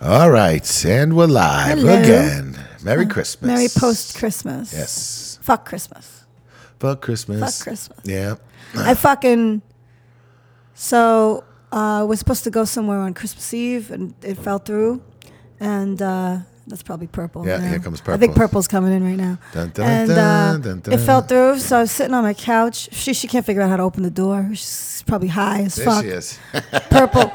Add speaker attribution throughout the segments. Speaker 1: All right, and we're live
Speaker 2: Hello.
Speaker 1: again. Merry Christmas.
Speaker 2: Merry post Christmas.
Speaker 1: Yes.
Speaker 2: Fuck Christmas.
Speaker 1: Fuck Christmas.
Speaker 2: Fuck Christmas.
Speaker 1: Yeah.
Speaker 2: I fucking. So uh, we're supposed to go somewhere on Christmas Eve, and it fell through, and uh, that's probably purple.
Speaker 1: Yeah,
Speaker 2: now.
Speaker 1: here comes
Speaker 2: I think
Speaker 1: purple.
Speaker 2: purple's coming in right now.
Speaker 1: Dun, dun,
Speaker 2: and
Speaker 1: dun,
Speaker 2: uh,
Speaker 1: dun,
Speaker 2: it
Speaker 1: dun.
Speaker 2: fell through, so I was sitting on my couch. She she can't figure out how to open the door. She's probably high as
Speaker 1: There
Speaker 2: fuck.
Speaker 1: she is.
Speaker 2: Purple.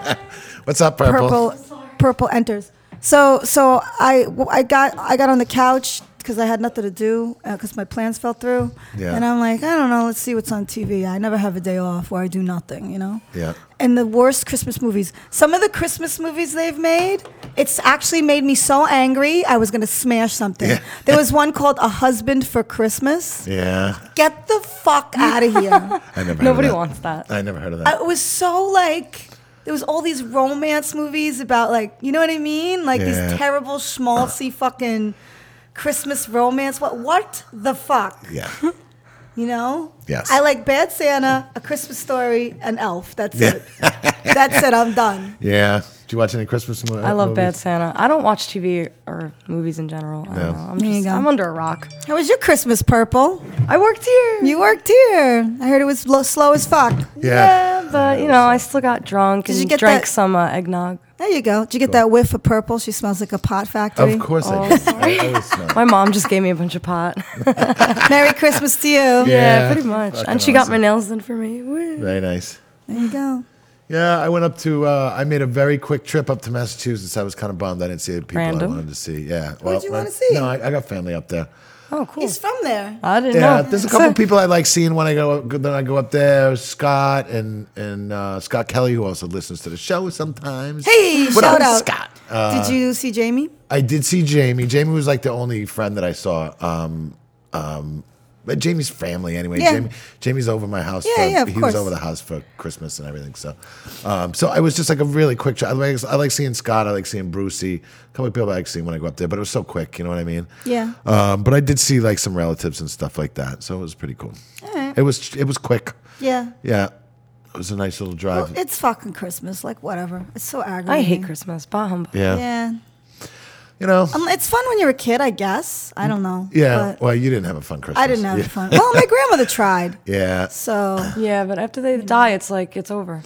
Speaker 1: What's up, Purple?
Speaker 2: purple purple enters so so i w- i got i got on the couch because i had nothing to do because my plans fell through
Speaker 1: Yeah.
Speaker 2: and i'm like i don't know let's see what's on tv i never have a day off where i do nothing you know
Speaker 1: Yeah.
Speaker 2: and the worst christmas movies some of the christmas movies they've made it's actually made me so angry i was going to smash something
Speaker 1: Yeah.
Speaker 2: there was one called a husband for christmas
Speaker 1: Yeah.
Speaker 2: get the fuck out of here
Speaker 1: I never.
Speaker 3: Nobody
Speaker 1: heard of that.
Speaker 3: wants that.
Speaker 1: I never heard of
Speaker 2: I-
Speaker 1: that.
Speaker 2: it was so like there was all these romance movies about like you know what I mean, like
Speaker 1: Yeah. Uh-huh.
Speaker 2: these terrible schmaltzy fucking Christmas romance. What what the fuck?
Speaker 1: yeah.
Speaker 2: You know?
Speaker 1: Yes.
Speaker 2: I like Bad Santa, A Christmas Story, and Elf. That's
Speaker 1: Yeah.
Speaker 2: it. That's it. I'm done.
Speaker 1: Yeah. Do you watch any Christmas mo- movies?
Speaker 3: I love Bad Santa. I don't watch TV or movies in general. I
Speaker 1: No.
Speaker 3: don't know. I'm,
Speaker 2: There you
Speaker 3: just,
Speaker 2: go.
Speaker 3: I'm under a rock.
Speaker 2: How was your Christmas, Purple?
Speaker 3: I worked here.
Speaker 2: You worked here. I heard it was lo- slow as fuck.
Speaker 1: Yeah.
Speaker 3: but you know, I still got drunk
Speaker 2: Did
Speaker 3: and
Speaker 2: you get
Speaker 3: drank
Speaker 2: that-
Speaker 3: some uh, eggnog.
Speaker 2: There you go. Did you get that whiff of purple? She smells like a pot factory.
Speaker 1: Of course I do. I always smell it.
Speaker 3: My mom just gave me a bunch of pot. yeah,
Speaker 2: Merry Christmas to you.
Speaker 3: pretty much.
Speaker 1: Fucking
Speaker 3: And she got my
Speaker 1: awesome.
Speaker 3: nails done for me. Woo.
Speaker 1: Very nice.
Speaker 2: There you go.
Speaker 1: Yeah, I went up to. Uh, I made a very quick trip up to Massachusetts. I was kind of bummed I didn't see the people I
Speaker 3: Random.
Speaker 1: wanted to see. Yeah. Who'd
Speaker 2: you wanna see?
Speaker 1: No, I, I got family up there.
Speaker 3: Oh, cool.
Speaker 2: He's from there.
Speaker 3: I didn't
Speaker 1: Yeah,
Speaker 3: know.
Speaker 1: there's a couple people I like seeing when I go then I go up there. Scott and and uh, Scott Kelly, who also listens to the show sometimes.
Speaker 2: Hey,
Speaker 1: What
Speaker 2: shout
Speaker 1: up,
Speaker 2: out.
Speaker 1: Scott.
Speaker 2: Did you see Jamie?
Speaker 1: I did see Jamie. Jamie was like the only friend that I saw. Um, um, but Jamie's family anyway.
Speaker 2: Yeah.
Speaker 1: Jamie, Jamie's over my house.
Speaker 2: Yeah,
Speaker 1: for,
Speaker 2: yeah, of
Speaker 1: he
Speaker 2: course.
Speaker 1: was over the house for Christmas and everything. So, um, so I was just like a really quick. Tri- I like I like seeing Scott. I like seeing Brucey. A couple of people I like seeing when I go up there. But it was so quick. You know what I mean?
Speaker 2: Yeah.
Speaker 1: Um, but I did see like some relatives and stuff like that. So it was pretty cool.
Speaker 2: right.
Speaker 1: It was it was quick.
Speaker 2: Yeah.
Speaker 1: Yeah. It was a nice little drive.
Speaker 2: Well, it's fucking Christmas. Like, whatever. It's so aggravating.
Speaker 3: I hate Christmas. Bah humbug.
Speaker 1: yeah.
Speaker 2: Yeah.
Speaker 1: You know.
Speaker 2: Um, it's fun when you're a kid, I guess. I don't know.
Speaker 1: yeah.
Speaker 2: But
Speaker 1: Well, you didn't have a fun Christmas.
Speaker 2: I didn't have
Speaker 1: Yeah.
Speaker 2: fun. Well, my grandmother tried.
Speaker 1: Yeah.
Speaker 2: So, yeah.
Speaker 3: Yeah, but after they die, it's like it's over.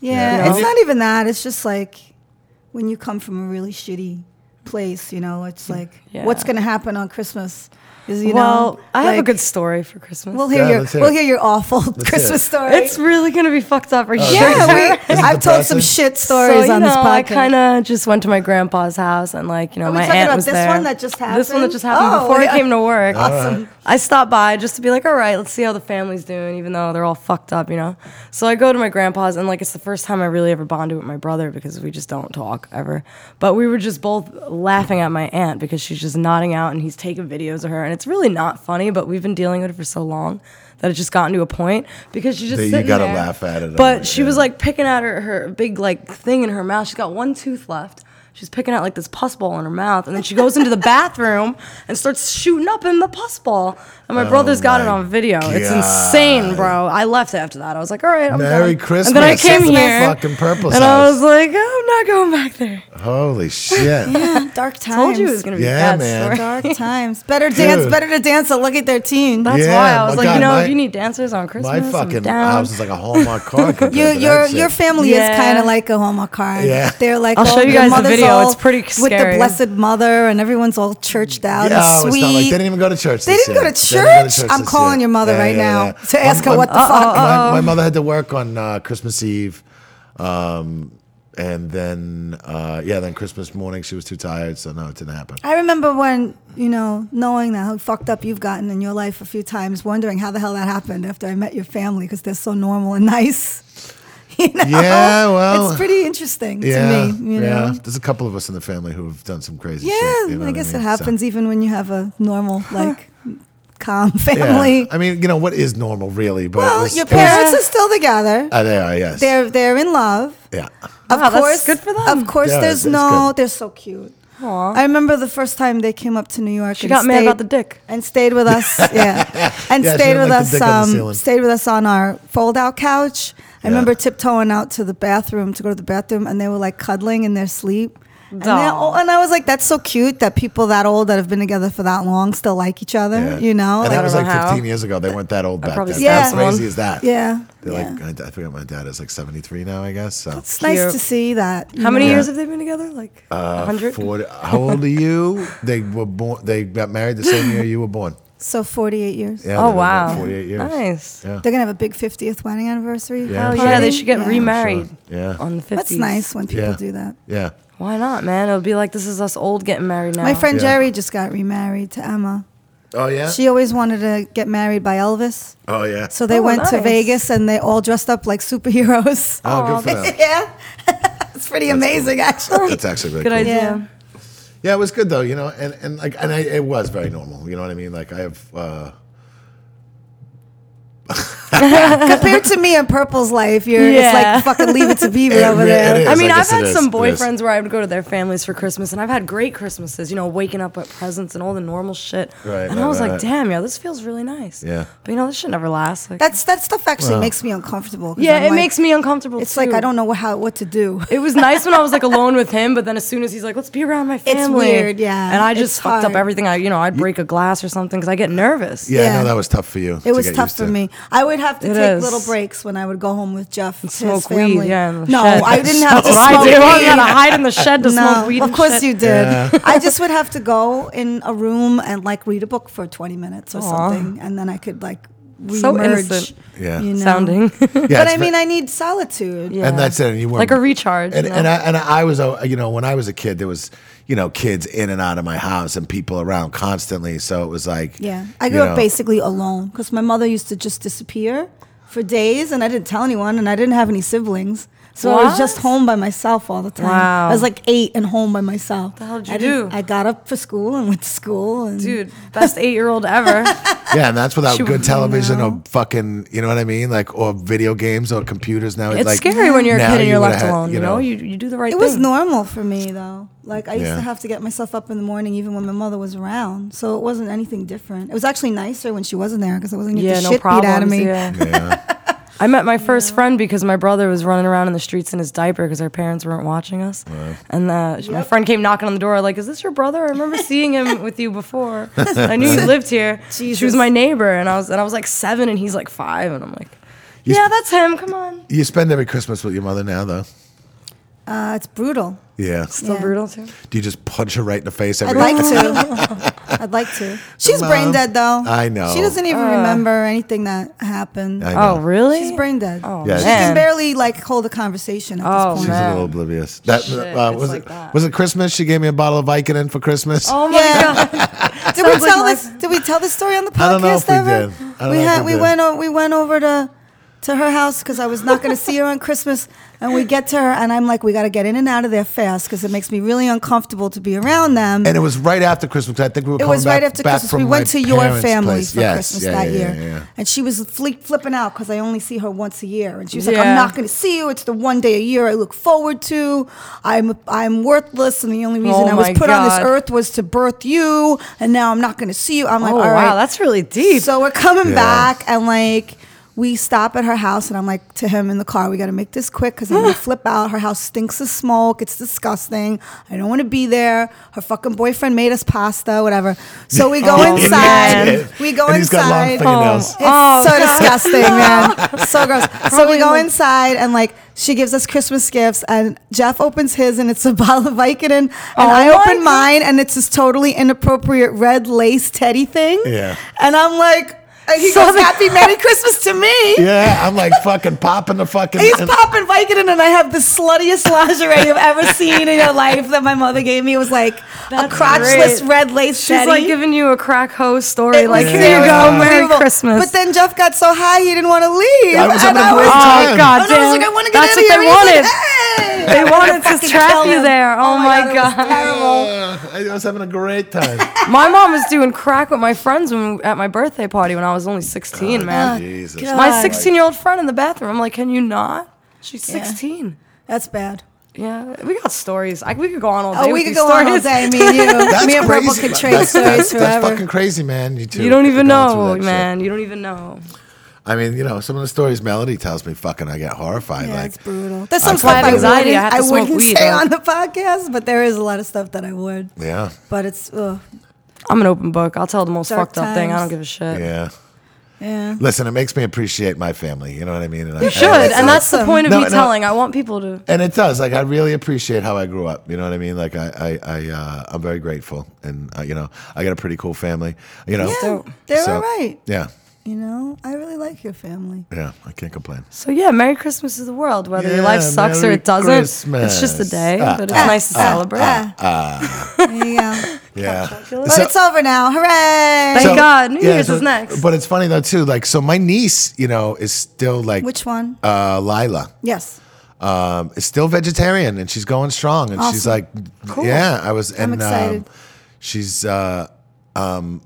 Speaker 1: Yeah.
Speaker 2: It's
Speaker 1: Yeah.
Speaker 2: not even that. It's just like when you come from a really shitty place, you know, it's like,
Speaker 3: Yeah.
Speaker 2: what's going to happen on Christmas? Is, you
Speaker 3: well,
Speaker 2: know,
Speaker 3: I have a
Speaker 2: like,
Speaker 3: good story for Christmas.
Speaker 2: We'll hear
Speaker 1: Yeah,
Speaker 2: your
Speaker 1: let's hear
Speaker 2: we'll
Speaker 1: it.
Speaker 2: hear your awful Christmas story.
Speaker 3: it's really gonna be fucked up. Are
Speaker 1: Oh,
Speaker 3: you sure?
Speaker 2: yeah, we,
Speaker 1: Is it
Speaker 2: I've told some
Speaker 1: depressing?
Speaker 2: shit stories
Speaker 3: so, you
Speaker 2: on this
Speaker 3: know,
Speaker 2: podcast.
Speaker 3: I kind of just went to my grandpa's house and like you know
Speaker 2: Are we
Speaker 3: my
Speaker 2: talking
Speaker 3: aunt
Speaker 2: about
Speaker 3: was
Speaker 2: this
Speaker 3: there.
Speaker 2: one that just
Speaker 3: This one that just
Speaker 2: happened? Oh,
Speaker 3: happened before
Speaker 2: yeah.
Speaker 3: I came to work.
Speaker 2: Awesome.
Speaker 3: I stopped by just to be like, all right, let's see how the family's doing, even though they're all fucked up, you know. So I go to my grandpa's and like it's the first time I really ever bonded with my brother because we just don't talk ever. But we were just both laughing at my aunt because she's just nodding out and he's taking videos of her and it's really not funny, but we've been dealing with it for so long. That it just gotten to a point because she just
Speaker 1: That you
Speaker 3: sitting
Speaker 1: gotta
Speaker 3: there.
Speaker 1: laugh at it,
Speaker 3: But
Speaker 1: uh,
Speaker 3: she was
Speaker 1: yeah.
Speaker 3: like like picking at her, her big like thing in her mouth. She's got one tooth left. She's picking out like this pus ball in her mouth, and then she goes into the bathroom and starts shooting up in the pus ball. And my brother's got it
Speaker 1: Oh my
Speaker 3: on video. It's
Speaker 1: God.
Speaker 3: insane, bro. I left after that. I was like, all right, I'm
Speaker 1: Merry
Speaker 3: done.
Speaker 1: Christmas.
Speaker 3: And then I came
Speaker 1: That's
Speaker 3: here,
Speaker 1: fucking Purple's
Speaker 3: and I
Speaker 1: house.
Speaker 3: was like, I'm not going back there.
Speaker 1: Holy shit.
Speaker 2: dark times.
Speaker 3: I told you it was gonna be
Speaker 1: Yeah,
Speaker 3: a bad
Speaker 1: man.
Speaker 3: story.
Speaker 2: Dark times. Better dance.
Speaker 1: Dude.
Speaker 2: Better to dance at Lucky Thirteen.
Speaker 3: That's
Speaker 1: Yeah,
Speaker 3: why I
Speaker 1: my
Speaker 3: was like,
Speaker 1: God,
Speaker 3: you know,
Speaker 1: my-
Speaker 3: if you need dancers on Christmas,
Speaker 1: My
Speaker 3: I'm
Speaker 1: fucking
Speaker 3: down.
Speaker 1: house is like a Hallmark card. compared
Speaker 2: Your
Speaker 1: to that
Speaker 2: your
Speaker 1: shit.
Speaker 2: your family
Speaker 3: Yeah.
Speaker 2: is kind of like a Hallmark card.
Speaker 1: Yeah.
Speaker 2: They're like
Speaker 3: I'll
Speaker 2: all-
Speaker 3: show you
Speaker 2: your
Speaker 3: guys the
Speaker 2: mother's
Speaker 3: video.
Speaker 2: all
Speaker 3: It's pretty
Speaker 2: With the
Speaker 3: scary.
Speaker 2: Blessed Mother and everyone's all churched out
Speaker 1: Yeah,
Speaker 2: and
Speaker 1: it's
Speaker 2: sweet.
Speaker 1: not like they didn't even go to church.
Speaker 2: They
Speaker 1: this
Speaker 2: didn't go
Speaker 1: year. They didn't
Speaker 2: to
Speaker 1: go to
Speaker 2: church? I'm
Speaker 1: this
Speaker 2: calling your mother right now to ask her what the fuck.
Speaker 1: uh, My, my mother had to work on uh, Christmas Eve, um, and then uh, yeah, then Christmas morning she was too tired, so no, it didn't happen.
Speaker 2: I remember when you know knowing that how fucked up you've gotten in your life a few times, wondering how the hell that happened after I met your family because they're so normal and nice. You know?
Speaker 1: Yeah, well,
Speaker 2: it's pretty interesting
Speaker 1: yeah,
Speaker 2: to me. You know?
Speaker 1: yeah. There's a couple of us in the family who have done some crazy
Speaker 2: Yeah,
Speaker 1: shit. you know
Speaker 2: I
Speaker 1: what
Speaker 2: guess
Speaker 1: mean?
Speaker 2: it
Speaker 1: So-
Speaker 2: happens even when you have a normal, like, calm
Speaker 1: Yeah.
Speaker 2: family.
Speaker 1: I mean, you know what is normal, really? But it
Speaker 2: well,
Speaker 1: was-
Speaker 2: your
Speaker 1: it was-
Speaker 2: parents are still together.
Speaker 1: Uh, they are, yes.
Speaker 2: They're they're in love.
Speaker 1: yeah.
Speaker 2: Of
Speaker 3: Wow, that's
Speaker 2: course,
Speaker 3: good for them.
Speaker 2: Of course,
Speaker 1: Yeah, it's-
Speaker 2: there's
Speaker 1: it's
Speaker 2: no.
Speaker 1: good.
Speaker 2: They're so cute.
Speaker 3: Aw.
Speaker 2: I remember the first time they came up to New York.
Speaker 3: She
Speaker 2: and
Speaker 3: got mad
Speaker 2: stayed-
Speaker 3: about the dick.
Speaker 2: and stayed with us. Yeah, and
Speaker 1: Yeah, she
Speaker 2: stayed
Speaker 1: didn't
Speaker 2: with
Speaker 1: like the
Speaker 2: us.
Speaker 1: dick on the ceiling.
Speaker 2: Um, stayed with us on our fold-out couch. I
Speaker 1: Yeah.
Speaker 2: remember tiptoeing out to the bathroom to go to the bathroom, and they were like cuddling in their sleep. And, they're all- and I was like, that's so cute that people that old that have been together for that long still like each other,
Speaker 1: Yeah.
Speaker 2: you know?
Speaker 1: and that
Speaker 2: Like,
Speaker 1: was
Speaker 3: don't
Speaker 1: like
Speaker 3: know
Speaker 1: 15
Speaker 3: how.
Speaker 1: years ago. They weren't that old back
Speaker 3: probably
Speaker 1: then.
Speaker 2: stabbed
Speaker 1: How crazy
Speaker 3: someone.
Speaker 1: is that?
Speaker 2: yeah.
Speaker 1: They're
Speaker 2: yeah.
Speaker 1: like, I, I forget my dad is like 73 now, I guess. So.
Speaker 2: it's nice
Speaker 3: Cute.
Speaker 2: to see that. you
Speaker 3: How many
Speaker 2: know?
Speaker 3: years have they been together? Like a hundred.
Speaker 1: 40, Uh, how old are you? They were born. They got married the same year you were born.
Speaker 2: So 48 years.
Speaker 1: Yeah,
Speaker 3: oh
Speaker 1: they've been married
Speaker 3: wow.
Speaker 1: 48 years.
Speaker 3: Nice.
Speaker 1: Yeah.
Speaker 2: They're going to have a big 50th wedding anniversary.
Speaker 1: Yeah.
Speaker 3: Oh
Speaker 2: party.
Speaker 3: yeah, they should get
Speaker 2: Yeah.
Speaker 3: remarried.
Speaker 1: Yeah.
Speaker 3: On the fifties.
Speaker 2: That's nice when people
Speaker 1: Yeah.
Speaker 2: do that.
Speaker 1: Yeah.
Speaker 3: Why not, man? It'll be like this is us old getting married now.
Speaker 2: My friend
Speaker 1: Yeah.
Speaker 2: Jerry just got remarried to Emma.
Speaker 1: Oh yeah.
Speaker 2: She always wanted to get married by Elvis.
Speaker 1: oh yeah.
Speaker 2: So they
Speaker 3: Oh,
Speaker 2: went to
Speaker 3: nice.
Speaker 2: Vegas and they all dressed up like superheroes.
Speaker 1: oh, good for them.
Speaker 2: yeah. it's pretty amazing, actually.
Speaker 1: That's actually really
Speaker 3: Good
Speaker 1: cool.
Speaker 3: idea.
Speaker 2: Yeah.
Speaker 1: Yeah, it was good though, you know, and and like and I, it was very normal, you know what I mean? Like I have uh
Speaker 2: Compared to me and Purple's life, you're it's
Speaker 3: Yeah.
Speaker 2: like fucking leave it to Beaver
Speaker 1: It
Speaker 2: over
Speaker 1: re-
Speaker 2: there.
Speaker 1: it
Speaker 3: I
Speaker 1: Yes,
Speaker 3: mean,
Speaker 1: I
Speaker 3: I have
Speaker 1: guess it
Speaker 3: had
Speaker 1: is.
Speaker 3: some
Speaker 1: It is.
Speaker 3: boyfriends where I would go to their families for Christmas, and I've had great Christmases, you know, waking up with presents and all the normal shit.
Speaker 1: Right,
Speaker 3: and
Speaker 1: right,
Speaker 3: I was
Speaker 1: right,
Speaker 3: like,
Speaker 1: right.
Speaker 3: damn, yo, this feels really nice.
Speaker 1: Yeah.
Speaker 3: But, you know, this should never last. Like,
Speaker 2: That's that stuff actually
Speaker 1: Wow.
Speaker 2: makes me uncomfortable. 'cause
Speaker 3: yeah,
Speaker 2: I'm
Speaker 3: it
Speaker 2: like-
Speaker 3: makes me uncomfortable.
Speaker 2: It's like
Speaker 3: too.
Speaker 2: I don't know how what to do.
Speaker 3: It was nice when I was like alone with him, but then as soon as he's like, let's be around my family.
Speaker 2: weird, yeah.
Speaker 3: And I
Speaker 2: It's
Speaker 3: just fucked
Speaker 2: hard.
Speaker 3: up everything. I, you know, I'd break a glass or something because I get nervous.
Speaker 1: yeah, I
Speaker 2: Yeah.
Speaker 1: know that was tough for you.
Speaker 2: It was tough for me. I would have to
Speaker 3: It
Speaker 2: take
Speaker 3: is.
Speaker 2: little breaks when I would go home with Jeff. And
Speaker 3: Smoke
Speaker 2: his family.
Speaker 3: weed, yeah. in the
Speaker 2: no,
Speaker 3: shed.
Speaker 2: I didn't have to
Speaker 3: That's what
Speaker 2: smoke
Speaker 3: I did. I
Speaker 2: weed.
Speaker 3: had to hide in the shed to smoke weed.
Speaker 2: Of
Speaker 3: and
Speaker 2: course
Speaker 3: shit.
Speaker 2: you did. I just would have to go in a room and like read a book for 20 minutes or
Speaker 3: Aw.
Speaker 2: something, and then I could like remerge.
Speaker 3: So innocent.
Speaker 1: Yeah.
Speaker 2: you know?
Speaker 3: Sounding.
Speaker 2: but I mean, I need solitude.
Speaker 3: Yeah.
Speaker 1: And that's it. And you were
Speaker 3: Like a recharge,
Speaker 1: And,
Speaker 3: you
Speaker 1: and
Speaker 3: know?
Speaker 1: I and I was uh, you know when I was a kid there was you know kids in and out of my house and people around constantly. So it was like
Speaker 2: Yeah, I
Speaker 1: you
Speaker 2: grew
Speaker 1: know,
Speaker 2: up basically alone because my mother used to just disappear for days, and I didn't tell anyone, and I didn't have any siblings, so I was
Speaker 3: What?
Speaker 2: just home by myself all the time.
Speaker 3: Wow.
Speaker 2: I was like eight and home by myself.
Speaker 3: the hell did
Speaker 2: I
Speaker 3: you
Speaker 2: didn't-
Speaker 3: do?
Speaker 2: I got up for school and went to school, and
Speaker 3: Dude, best eight year old ever.
Speaker 1: Yeah, and that's without
Speaker 3: She-
Speaker 1: good television or fucking you know what I mean, like or video games or computers now.
Speaker 3: It's
Speaker 1: like,
Speaker 3: scary when you're a
Speaker 1: now
Speaker 3: kid and
Speaker 1: you
Speaker 3: you're
Speaker 1: would've
Speaker 3: left
Speaker 1: had,
Speaker 3: alone. You know, you, you do the right
Speaker 2: it
Speaker 3: thing.
Speaker 2: was normal for me though. Like I used
Speaker 1: Yeah.
Speaker 2: to have to get myself up in the morning, even when my mother was around. So it wasn't anything different. It was actually nicer when she wasn't there because I wasn't getting
Speaker 3: yeah,
Speaker 2: the
Speaker 3: no
Speaker 2: shit
Speaker 3: problems.
Speaker 2: beat out of me.
Speaker 3: Yeah.
Speaker 1: yeah.
Speaker 3: I met my first friend because my brother was running around in the streets in his diaper because our parents weren't watching us. And uh, my friend came knocking on the door, like, "Is this your brother? I remember seeing him with you before. I knew you lived here. She
Speaker 2: Jesus.
Speaker 3: was my neighbor, and I was and I was like seven, and he's like five, and I'm like,
Speaker 1: You
Speaker 3: "Yeah,
Speaker 1: sp-
Speaker 3: that's him. Come on."
Speaker 1: You spend every Christmas with your mother now, though.
Speaker 2: Uh, it's brutal.
Speaker 1: Yeah.
Speaker 3: Still
Speaker 2: Yeah.
Speaker 3: brutal too.
Speaker 1: Do you just punch her right in the face every
Speaker 2: I'd like to. I'd like to. She's
Speaker 1: Mom,
Speaker 2: brain dead though.
Speaker 1: I know.
Speaker 2: She doesn't
Speaker 3: Uh.
Speaker 2: even remember anything that happened.
Speaker 1: I
Speaker 3: Oh,
Speaker 1: know.
Speaker 3: really?
Speaker 2: She's brain dead.
Speaker 3: Oh,
Speaker 1: Yeah,
Speaker 2: she
Speaker 3: man.
Speaker 2: can barely like hold a conversation at
Speaker 3: Oh,
Speaker 2: this
Speaker 1: She's
Speaker 2: point.
Speaker 1: a
Speaker 3: man.
Speaker 1: little oblivious. That
Speaker 3: Shit,
Speaker 1: uh,
Speaker 3: it's
Speaker 1: was
Speaker 3: like
Speaker 1: it.
Speaker 3: that.
Speaker 1: Was it Christmas? She gave me a bottle of Vicodin for Christmas.
Speaker 3: Oh my
Speaker 2: Yeah.
Speaker 3: god.
Speaker 2: Did we
Speaker 3: Sounds like
Speaker 2: tell
Speaker 3: my-
Speaker 2: this? Did we tell this story on the podcast
Speaker 1: I don't know if we
Speaker 2: ever?
Speaker 1: did. I don't
Speaker 2: we
Speaker 1: know if
Speaker 2: had
Speaker 1: we
Speaker 2: we
Speaker 1: did.
Speaker 2: went o- we went over to to her house because I was not going to see her on Christmas, and we get to her, and I'm like, we got to get in and out of there fast because it makes me really uncomfortable to be around them.
Speaker 1: And it was right after Christmas. 'cause I think we were.
Speaker 2: It was
Speaker 1: coming
Speaker 2: right
Speaker 1: back-
Speaker 2: after
Speaker 1: back
Speaker 2: Christmas. We
Speaker 1: from
Speaker 2: went
Speaker 1: my
Speaker 2: to your
Speaker 1: parents'
Speaker 2: family
Speaker 1: place.
Speaker 2: for
Speaker 1: Yes,
Speaker 2: Christmas
Speaker 1: yeah,
Speaker 2: that
Speaker 1: yeah,
Speaker 2: year,
Speaker 1: yeah, yeah.
Speaker 2: and she was fle- flipping out because I only see her once a year, and she was like,
Speaker 3: Yeah.
Speaker 2: "I'm not going to see you. It's the one day a year I look forward to. I'm I'm worthless, and the only reason
Speaker 3: Oh
Speaker 2: I was
Speaker 3: my
Speaker 2: put on this
Speaker 3: God.
Speaker 2: earth was to birth you, and now I'm not going to see you." I'm like,
Speaker 3: Oh
Speaker 2: "All right,
Speaker 3: wow, that's really deep.
Speaker 2: so we're coming
Speaker 1: Yeah.
Speaker 2: back, and like we stop at her house, and I'm like to him in the car, we got to make this quick because I'm gonna flip out. Her house stinks of smoke. It's disgusting. I don't want to be there. Her fucking boyfriend made us pasta, whatever. So we go
Speaker 3: Oh,
Speaker 2: inside.
Speaker 1: man.
Speaker 2: We go
Speaker 1: And he's got long
Speaker 2: inside. Oh.
Speaker 1: fingernails.
Speaker 2: It's so disgusting, man. So gross. so we
Speaker 3: Probably,
Speaker 2: go
Speaker 3: like-
Speaker 2: inside and like she gives us Christmas gifts and Jeff opens his and it's a bottle of Vicodin and I
Speaker 3: Oh my
Speaker 2: open
Speaker 3: God.
Speaker 2: mine and it's this totally inappropriate red lace teddy thing.
Speaker 1: Yeah.
Speaker 2: And I'm like, and he
Speaker 3: So
Speaker 2: goes,
Speaker 3: the-
Speaker 2: "Happy Merry Christmas to me."
Speaker 1: Yeah, I'm like fucking popping the fucking.
Speaker 2: He's
Speaker 1: and-
Speaker 2: popping Vicodin, and I have the sluttiest lingerie you've ever seen in your life that my mother gave me. It was like a crotchless
Speaker 3: great.
Speaker 2: red lace
Speaker 3: She's
Speaker 2: teddy.
Speaker 3: like giving you a crack hoe story.
Speaker 2: It
Speaker 3: like
Speaker 2: was-
Speaker 3: here you
Speaker 2: it was
Speaker 3: go, Merry
Speaker 2: unbelievable.
Speaker 3: Christmas.
Speaker 2: But then Jeff got so high he didn't want to leave.
Speaker 1: I was
Speaker 2: and
Speaker 1: having a great
Speaker 2: was-
Speaker 1: time.
Speaker 3: oh god,
Speaker 2: and I was like, I want to get
Speaker 3: that's
Speaker 2: out of here.
Speaker 3: what they
Speaker 2: And
Speaker 3: wanted.
Speaker 2: he's like, "Hey."
Speaker 3: They wanted to
Speaker 2: Fucking
Speaker 3: trap
Speaker 2: kill
Speaker 3: you
Speaker 2: him.
Speaker 3: there. Oh, my
Speaker 2: it was
Speaker 3: god.
Speaker 2: terrible.
Speaker 1: I was having a great time.
Speaker 3: My mom was doing crack with my friends when, at my birthday party when I was only 16, man.
Speaker 1: Oh, Jesus.
Speaker 2: God.
Speaker 3: My
Speaker 2: Oh, God.
Speaker 3: 16 year old friend in the bathroom. I'm like, can you not? She's 16.
Speaker 2: That's bad.
Speaker 3: Yeah, we got stories. I, we could go on all day.
Speaker 2: Oh, we
Speaker 3: with
Speaker 2: could
Speaker 3: these
Speaker 2: go on all
Speaker 3: stories.
Speaker 2: day, me and you.
Speaker 1: That's
Speaker 2: me and Purple
Speaker 1: crazy.
Speaker 2: could trade
Speaker 1: that's,
Speaker 2: stories
Speaker 1: that's, that's
Speaker 2: forever.
Speaker 1: fucking crazy, man. You two.
Speaker 3: You don't
Speaker 1: for
Speaker 3: even
Speaker 1: going through
Speaker 3: know,
Speaker 1: that shit.
Speaker 3: man. You don't even know.
Speaker 1: I mean, you know, some of the stories Melody tells me, fucking, I get horrified.
Speaker 2: Yeah,
Speaker 1: like,
Speaker 2: it's brutal. There's
Speaker 1: I
Speaker 2: some
Speaker 1: fucking-
Speaker 2: stuff I
Speaker 3: anxiety,
Speaker 2: wouldn't,
Speaker 3: I have to
Speaker 2: I
Speaker 3: smoke
Speaker 2: wouldn't
Speaker 3: weed,
Speaker 2: say
Speaker 3: like-
Speaker 2: on the podcast, but there is a lot of stuff that I would.
Speaker 1: Yeah,
Speaker 2: But it's, ugh,
Speaker 3: I'm an open book. I'll tell the most
Speaker 2: Dark
Speaker 3: fucked up thing. I don't
Speaker 2: times.
Speaker 3: give a shit.
Speaker 1: yeah.
Speaker 2: yeah.
Speaker 1: Listen, it makes me appreciate my family. You know what I mean? And I,
Speaker 3: You should,
Speaker 1: and,
Speaker 3: and that's the
Speaker 2: awesome.
Speaker 3: point of
Speaker 1: No,
Speaker 3: me
Speaker 1: no.
Speaker 3: telling. I want people to.
Speaker 1: and it does. Like, I really appreciate how I grew up. You know what I mean? Like, I, I, I uh, I'm very grateful, and uh, you know, I got a pretty cool family. You know,
Speaker 2: Yeah, they're
Speaker 1: So,
Speaker 2: all right.
Speaker 1: Yeah,
Speaker 2: You know, I really like your family.
Speaker 1: yeah. I can't complain.
Speaker 3: So yeah, Merry Christmas to the world. Whether
Speaker 1: Yeah,
Speaker 3: your life sucks or
Speaker 1: Merry
Speaker 3: it doesn't, it's just a
Speaker 1: Christmas.
Speaker 3: day,
Speaker 1: Ah,
Speaker 3: but it's
Speaker 1: ah,
Speaker 3: nice to celebrate.
Speaker 2: Ah, there you go.
Speaker 1: Yeah,
Speaker 2: But
Speaker 1: Uh, So-
Speaker 2: it's over now. Hooray!
Speaker 3: Thank God, New Year's is next.
Speaker 1: But it's funny though too. Like, so my niece, you know, is still like
Speaker 2: Which one?
Speaker 1: Uh, Lila.
Speaker 2: Yes.
Speaker 1: um, is still vegetarian and she's going strong and she's
Speaker 2: Awesome.
Speaker 1: like, yeah, I was, and um,
Speaker 2: excited.
Speaker 1: she's, uh, um,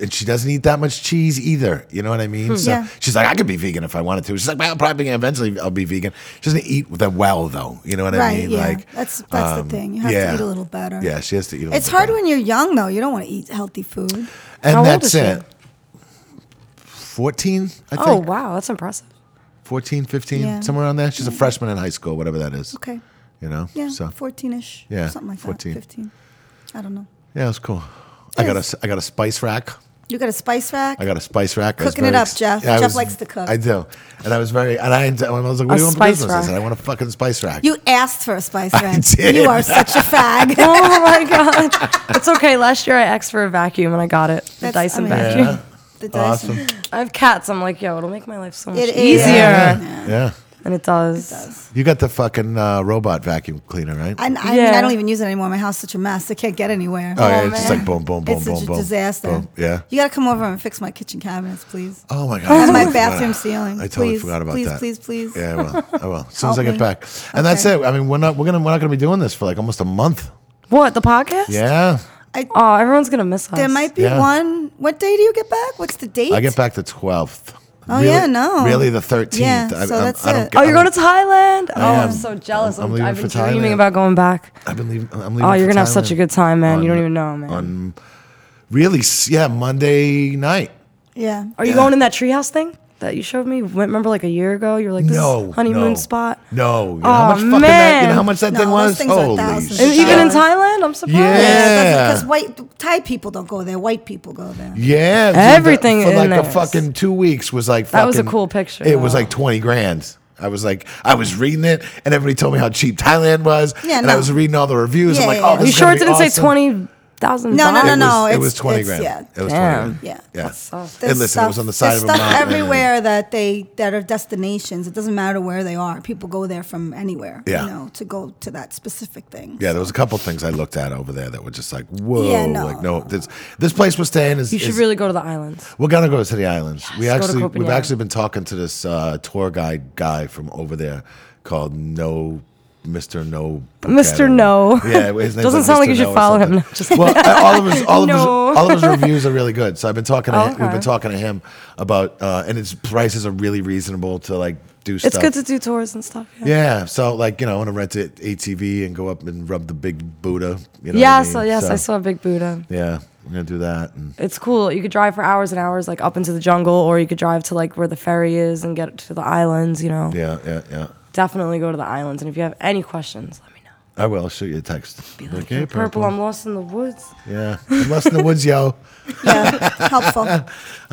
Speaker 1: and she doesn't eat that much cheese either. You know what I mean? So
Speaker 2: Hmm. Yeah.
Speaker 1: she's like, I could be vegan if I wanted to. She's like, well, probably eventually I'll be vegan. She doesn't eat that well though. You know what I
Speaker 2: Right.
Speaker 1: mean?
Speaker 2: yeah.
Speaker 1: Like
Speaker 2: that's that's
Speaker 1: um,
Speaker 2: the thing. You have
Speaker 1: yeah.
Speaker 2: to eat a little better.
Speaker 1: Yeah, she has to eat. A little
Speaker 2: It's
Speaker 1: bit
Speaker 2: hard
Speaker 1: better.
Speaker 2: when you're young though. You don't want to eat healthy food.
Speaker 1: and
Speaker 3: How old
Speaker 1: that's
Speaker 3: is she?
Speaker 1: it. Fourteen, I think.
Speaker 3: Oh wow, that's impressive.
Speaker 1: 14, 15,
Speaker 2: Yeah.
Speaker 1: somewhere on there. She's a freshman in high school, whatever that is.
Speaker 2: Okay.
Speaker 1: You know.
Speaker 2: Yeah.
Speaker 1: So
Speaker 2: Fourteen ish.
Speaker 1: Yeah,
Speaker 2: Something like
Speaker 1: 14.
Speaker 2: that. Fifteen. I don't know.
Speaker 1: yeah, it was cool. I got
Speaker 2: Yes.
Speaker 1: a I got a spice rack.
Speaker 2: You got a spice rack?
Speaker 1: I got a spice rack. I was
Speaker 2: Cooking it
Speaker 1: very
Speaker 2: up,
Speaker 1: ex-
Speaker 2: Jeff.
Speaker 1: I
Speaker 2: Jeff likes to cook.
Speaker 1: I do, and I was very, and I, I was like, "What do you want for
Speaker 3: spice
Speaker 1: business?" I said,
Speaker 3: rack.
Speaker 1: "I want a fucking spice rack."
Speaker 2: you asked for a spice rack.
Speaker 1: did.
Speaker 2: You are such a fag.
Speaker 3: Oh my god, it's okay. Last year I asked for a vacuum and I got it. The
Speaker 2: That's
Speaker 3: Dyson
Speaker 2: amazing.
Speaker 3: vacuum.
Speaker 1: yeah,
Speaker 2: The Dyson.
Speaker 1: awesome.
Speaker 3: I have cats. I'm like, yo, it'll make my life so much
Speaker 2: It is.
Speaker 3: easier,
Speaker 2: Yeah.
Speaker 1: yeah.
Speaker 3: and it does.
Speaker 1: you got the fucking uh, robot vacuum cleaner, right?
Speaker 2: I, I, mean,
Speaker 3: Yeah.
Speaker 2: I don't even use it anymore. My house is such a mess. I can't get anywhere.
Speaker 1: oh yeah,
Speaker 3: Oh,
Speaker 1: it's just
Speaker 3: man.
Speaker 1: like boom, boom, boom,
Speaker 2: it's
Speaker 1: boom,
Speaker 2: such a
Speaker 1: boom.
Speaker 2: disaster.
Speaker 1: boom. Yeah.
Speaker 2: You got to come over and fix my kitchen cabinets, please.
Speaker 1: Oh my god. I
Speaker 2: And my
Speaker 1: totally forgot.
Speaker 2: bathroom ceiling.
Speaker 1: I totally
Speaker 2: please.
Speaker 1: forgot about
Speaker 2: please,
Speaker 1: that.
Speaker 2: Please, please,
Speaker 1: Yeah, I will. I will. As soon as
Speaker 2: Help
Speaker 1: I get
Speaker 2: me.
Speaker 1: back, and that's it. I mean, we're not we're gonna we're not gonna be doing this for like almost a month.
Speaker 3: What the podcast?
Speaker 1: Yeah,
Speaker 3: Oh, everyone's gonna miss us.
Speaker 2: There might be
Speaker 1: Yeah.
Speaker 2: one. What day do you get back? What's the date?
Speaker 1: I get back the twelfth.
Speaker 2: Oh, yeah, no.
Speaker 1: Really, the thirteenth.
Speaker 2: Yeah, so that's it.
Speaker 3: Oh, you're going to Thailand? Oh,
Speaker 1: am.
Speaker 3: I'm so jealous.
Speaker 1: I'm
Speaker 3: I'm,
Speaker 1: leaving
Speaker 3: I've been
Speaker 1: for Thailand.
Speaker 3: dreaming about going back.
Speaker 1: I've been leaving. I'm leaving.
Speaker 3: Oh, you're
Speaker 1: for
Speaker 3: gonna have such a
Speaker 1: Thailand.
Speaker 3: good time, man. you
Speaker 1: on-
Speaker 3: don't even know, man.
Speaker 1: on really s- yeah Monday night.
Speaker 2: Yeah.
Speaker 3: Are you going in that treehouse thing that you showed me? Went- Remember, like a year ago, you were like, "This
Speaker 1: no
Speaker 3: is honeymoon
Speaker 1: no.
Speaker 3: spot."
Speaker 1: No, you know how
Speaker 3: Aw,
Speaker 1: much fucking that, you know
Speaker 3: man.
Speaker 1: how much that
Speaker 2: No,
Speaker 1: thing
Speaker 2: those
Speaker 1: was.
Speaker 2: things are
Speaker 1: Holy
Speaker 2: thousands.
Speaker 3: And
Speaker 1: shit.
Speaker 3: even in
Speaker 2: Yeah.
Speaker 3: Thailand, I'm surprised.
Speaker 1: Yeah.
Speaker 2: Because white Thai people don't go there. White people go there.
Speaker 1: yeah, dude,
Speaker 3: Everything
Speaker 1: that- for
Speaker 3: in
Speaker 1: like
Speaker 3: there
Speaker 1: a
Speaker 3: is-
Speaker 1: fucking two weeks was like
Speaker 3: That was a
Speaker 1: fucking-
Speaker 3: cool picture,
Speaker 1: It was
Speaker 3: though.
Speaker 1: like twenty grand. I was like, I was reading it, and everybody told me how cheap Thailand was.
Speaker 2: Yeah,
Speaker 1: and I
Speaker 2: no.
Speaker 1: was reading all the reviews. I'm
Speaker 2: Yeah,
Speaker 1: like,
Speaker 2: yeah,
Speaker 1: oh,
Speaker 2: yeah.
Speaker 1: this
Speaker 3: You
Speaker 1: is
Speaker 3: sure
Speaker 1: gonna
Speaker 3: it
Speaker 1: be
Speaker 3: didn't say
Speaker 1: awesome.
Speaker 3: twenty thousand?
Speaker 2: No, no,
Speaker 1: It
Speaker 2: no,
Speaker 1: was,
Speaker 2: no.
Speaker 1: it
Speaker 2: it's-
Speaker 1: was twenty
Speaker 2: it's-
Speaker 1: grand.
Speaker 2: yeah.
Speaker 1: It was
Speaker 3: Damn.
Speaker 1: twenty grand.
Speaker 2: Yeah.
Speaker 1: yeah.
Speaker 3: sucks.
Speaker 1: And listen, it was on the side
Speaker 2: there's
Speaker 1: of a mountain.
Speaker 2: stuff
Speaker 1: and-
Speaker 2: everywhere that they that are destinations. It doesn't matter where they are. People go there from anywhere.
Speaker 1: Yeah.
Speaker 2: You know, to go to that specific thing.
Speaker 1: Yeah, there was a couple things I looked at over there that were just like, whoa,
Speaker 2: Yeah, no.
Speaker 1: like no, this this place we're staying is.
Speaker 3: You should
Speaker 1: is-
Speaker 3: really go to the islands.
Speaker 1: We're gonna go to the islands. we
Speaker 3: go to
Speaker 1: actually we've
Speaker 3: Copenhagen.
Speaker 1: actually been talking to this uh, tour guide guy from over there called No. Mr. No,
Speaker 3: Mr. No.
Speaker 1: Yeah, his name
Speaker 3: Doesn't sound like you should follow him. Just-
Speaker 1: well, I- all of his, all of his,
Speaker 3: No.
Speaker 1: all of his reviews are really good. So I've been talking. To
Speaker 3: Oh,
Speaker 1: him, We've been
Speaker 3: okay.
Speaker 1: talking to him about, uh, and his prices are really reasonable to like do
Speaker 3: It's
Speaker 1: stuff.
Speaker 3: good to do tours and stuff. Yeah.
Speaker 1: yeah, so like you know, I want to rent an ATV and go up and rub the big Buddha. You know what I
Speaker 3: yes,
Speaker 1: mean?
Speaker 3: yes,
Speaker 1: So-
Speaker 3: I saw a big Buddha.
Speaker 1: yeah, we're gonna do that. And
Speaker 3: It's cool. You could drive for hours and hours, like up into the jungle, or you could drive to like where the ferry is and get to the islands. You know,
Speaker 1: yeah, yeah, yeah.
Speaker 3: definitely go to the islands. And if you have any questions, let me know.
Speaker 1: I will I'll shoot you a text. Be like,
Speaker 3: You're
Speaker 1: "Hey,
Speaker 3: purple, I'm lost in the woods.
Speaker 1: Yeah, I'm lost in the woods, yo.
Speaker 2: Yeah. Helpful.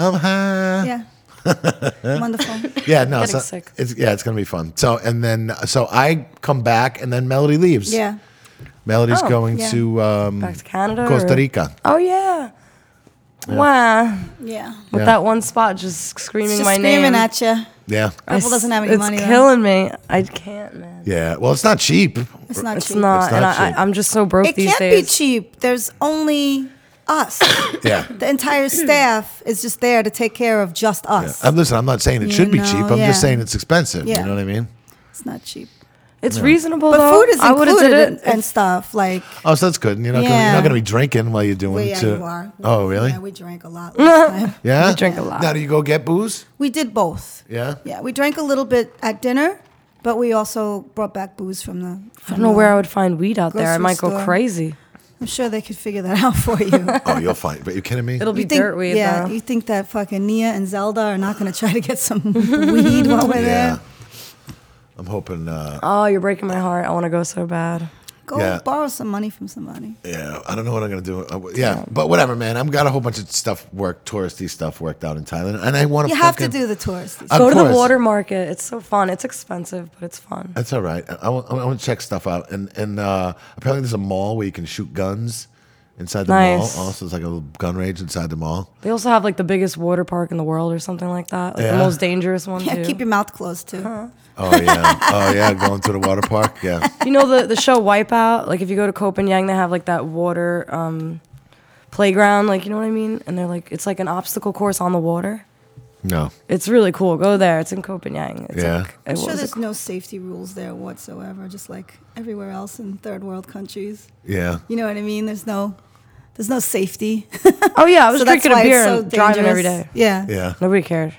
Speaker 1: I'm high.
Speaker 2: Yeah. Wonderful.
Speaker 1: Yeah, no,
Speaker 3: Getting
Speaker 1: so,
Speaker 3: sick.
Speaker 1: it's yeah, it's gonna be fun. So and then so I come back and then Melody leaves.
Speaker 2: Yeah.
Speaker 1: Melody's
Speaker 3: Oh,
Speaker 1: going
Speaker 2: yeah.
Speaker 1: to um,
Speaker 3: Back to Canada.
Speaker 1: Costa
Speaker 3: or-
Speaker 1: Rica.
Speaker 3: Oh yeah. Wow.
Speaker 2: Yeah.
Speaker 3: With
Speaker 1: Yeah.
Speaker 3: that one spot just screaming
Speaker 2: It's just
Speaker 3: my
Speaker 2: screaming
Speaker 3: name.
Speaker 2: at you.
Speaker 1: Yeah,
Speaker 3: I
Speaker 2: Apple doesn't have any
Speaker 3: it's
Speaker 2: money, though.
Speaker 3: It's killing me. I can't, man.
Speaker 1: yeah. Well, it's not cheap.
Speaker 2: It's not
Speaker 3: It's
Speaker 2: cheap.
Speaker 3: not.
Speaker 1: It's
Speaker 3: and
Speaker 1: not
Speaker 3: I,
Speaker 1: cheap.
Speaker 3: I, I'm just so broke
Speaker 2: It
Speaker 3: these
Speaker 2: can't
Speaker 3: days.
Speaker 2: be cheap. There's only us.
Speaker 1: Yeah.
Speaker 2: the entire staff is just there to take care of just us.
Speaker 1: I'm listen. I'm not saying it
Speaker 2: You
Speaker 1: should be
Speaker 2: know,
Speaker 1: cheap. I'm
Speaker 2: yeah.
Speaker 1: just saying it's expensive.
Speaker 2: Yeah.
Speaker 1: You know what I mean?
Speaker 2: It's not cheap.
Speaker 3: It's reasonable
Speaker 2: But
Speaker 3: though.
Speaker 2: food is
Speaker 3: I would've
Speaker 2: included
Speaker 3: did
Speaker 2: and,
Speaker 3: it.
Speaker 2: and stuff. Like,
Speaker 1: Oh, so that's good. You're not gonna, you're
Speaker 2: Yeah.
Speaker 1: not gonna be drinking while you're doing.
Speaker 2: well, yeah,
Speaker 1: to-
Speaker 2: you are.
Speaker 1: Oh, really?
Speaker 2: Yeah, we drank a lot last time.
Speaker 1: Yeah.
Speaker 3: We drink a lot.
Speaker 1: Now do you go get booze?
Speaker 2: We did both.
Speaker 1: Yeah.
Speaker 2: Yeah, we drank a little bit at dinner, but we also brought back booze from the.
Speaker 3: I don't know where I would find weed out there. I
Speaker 2: Grocery
Speaker 3: might go
Speaker 2: store.
Speaker 3: crazy.
Speaker 2: I'm sure they could figure that out for you.
Speaker 1: Oh, you'll find. But you kidding me?
Speaker 3: It'll be
Speaker 2: You think-
Speaker 3: dirt weed
Speaker 2: yeah,
Speaker 3: though.
Speaker 2: you think that fucking Nia and Zelda are not going to try to get some weed while we're
Speaker 1: yeah.
Speaker 2: there?
Speaker 1: I'm hoping. Uh,
Speaker 3: oh, you're breaking my heart. I want to go so bad.
Speaker 2: Go
Speaker 1: Yeah.
Speaker 2: borrow some money from somebody.
Speaker 1: yeah, I don't know what I'm gonna do. Uh, w- yeah, but whatever, man. I've got a whole bunch of stuff work, touristy stuff worked out in Thailand, and I want
Speaker 2: You
Speaker 1: to.
Speaker 2: have to do the tourist.
Speaker 1: Of
Speaker 3: go to the
Speaker 1: course.
Speaker 3: water market. It's so fun. It's expensive, but it's fun.
Speaker 1: That's all right. I, I, want, I want to check stuff out, and and uh, apparently there's a mall where you can shoot guns inside the
Speaker 3: Nice.
Speaker 1: mall. Also, there's like a little gun range inside the mall.
Speaker 3: They also have like the biggest water park in the world or something like that. Like
Speaker 1: Yeah.
Speaker 3: the most dangerous one
Speaker 2: yeah,
Speaker 3: too.
Speaker 2: keep your mouth closed too.
Speaker 3: Uh-huh.
Speaker 1: Oh yeah, oh yeah, going to the water park. Yeah,
Speaker 3: you know the the show Wipeout? Like if you go to Copenhagen, they have like that water um, playground. Like you know what I mean? And they're like it's like an obstacle course on the water.
Speaker 1: no,
Speaker 3: It's really cool. Go there. It's in Copenhagen. It's
Speaker 1: Yeah.
Speaker 3: Like, it
Speaker 2: I'm
Speaker 3: was
Speaker 2: sure
Speaker 3: a
Speaker 2: there's no safety rules there whatsoever, just like everywhere else in third world countries.
Speaker 1: yeah.
Speaker 2: You know what I mean? There's no, there's no safety.
Speaker 3: Oh yeah, I was
Speaker 2: So that's
Speaker 3: drinking a
Speaker 2: why it's
Speaker 3: beer
Speaker 2: so
Speaker 3: and driving every
Speaker 2: dangerous.
Speaker 3: day.
Speaker 2: Yeah.
Speaker 1: Yeah.
Speaker 3: Nobody cared.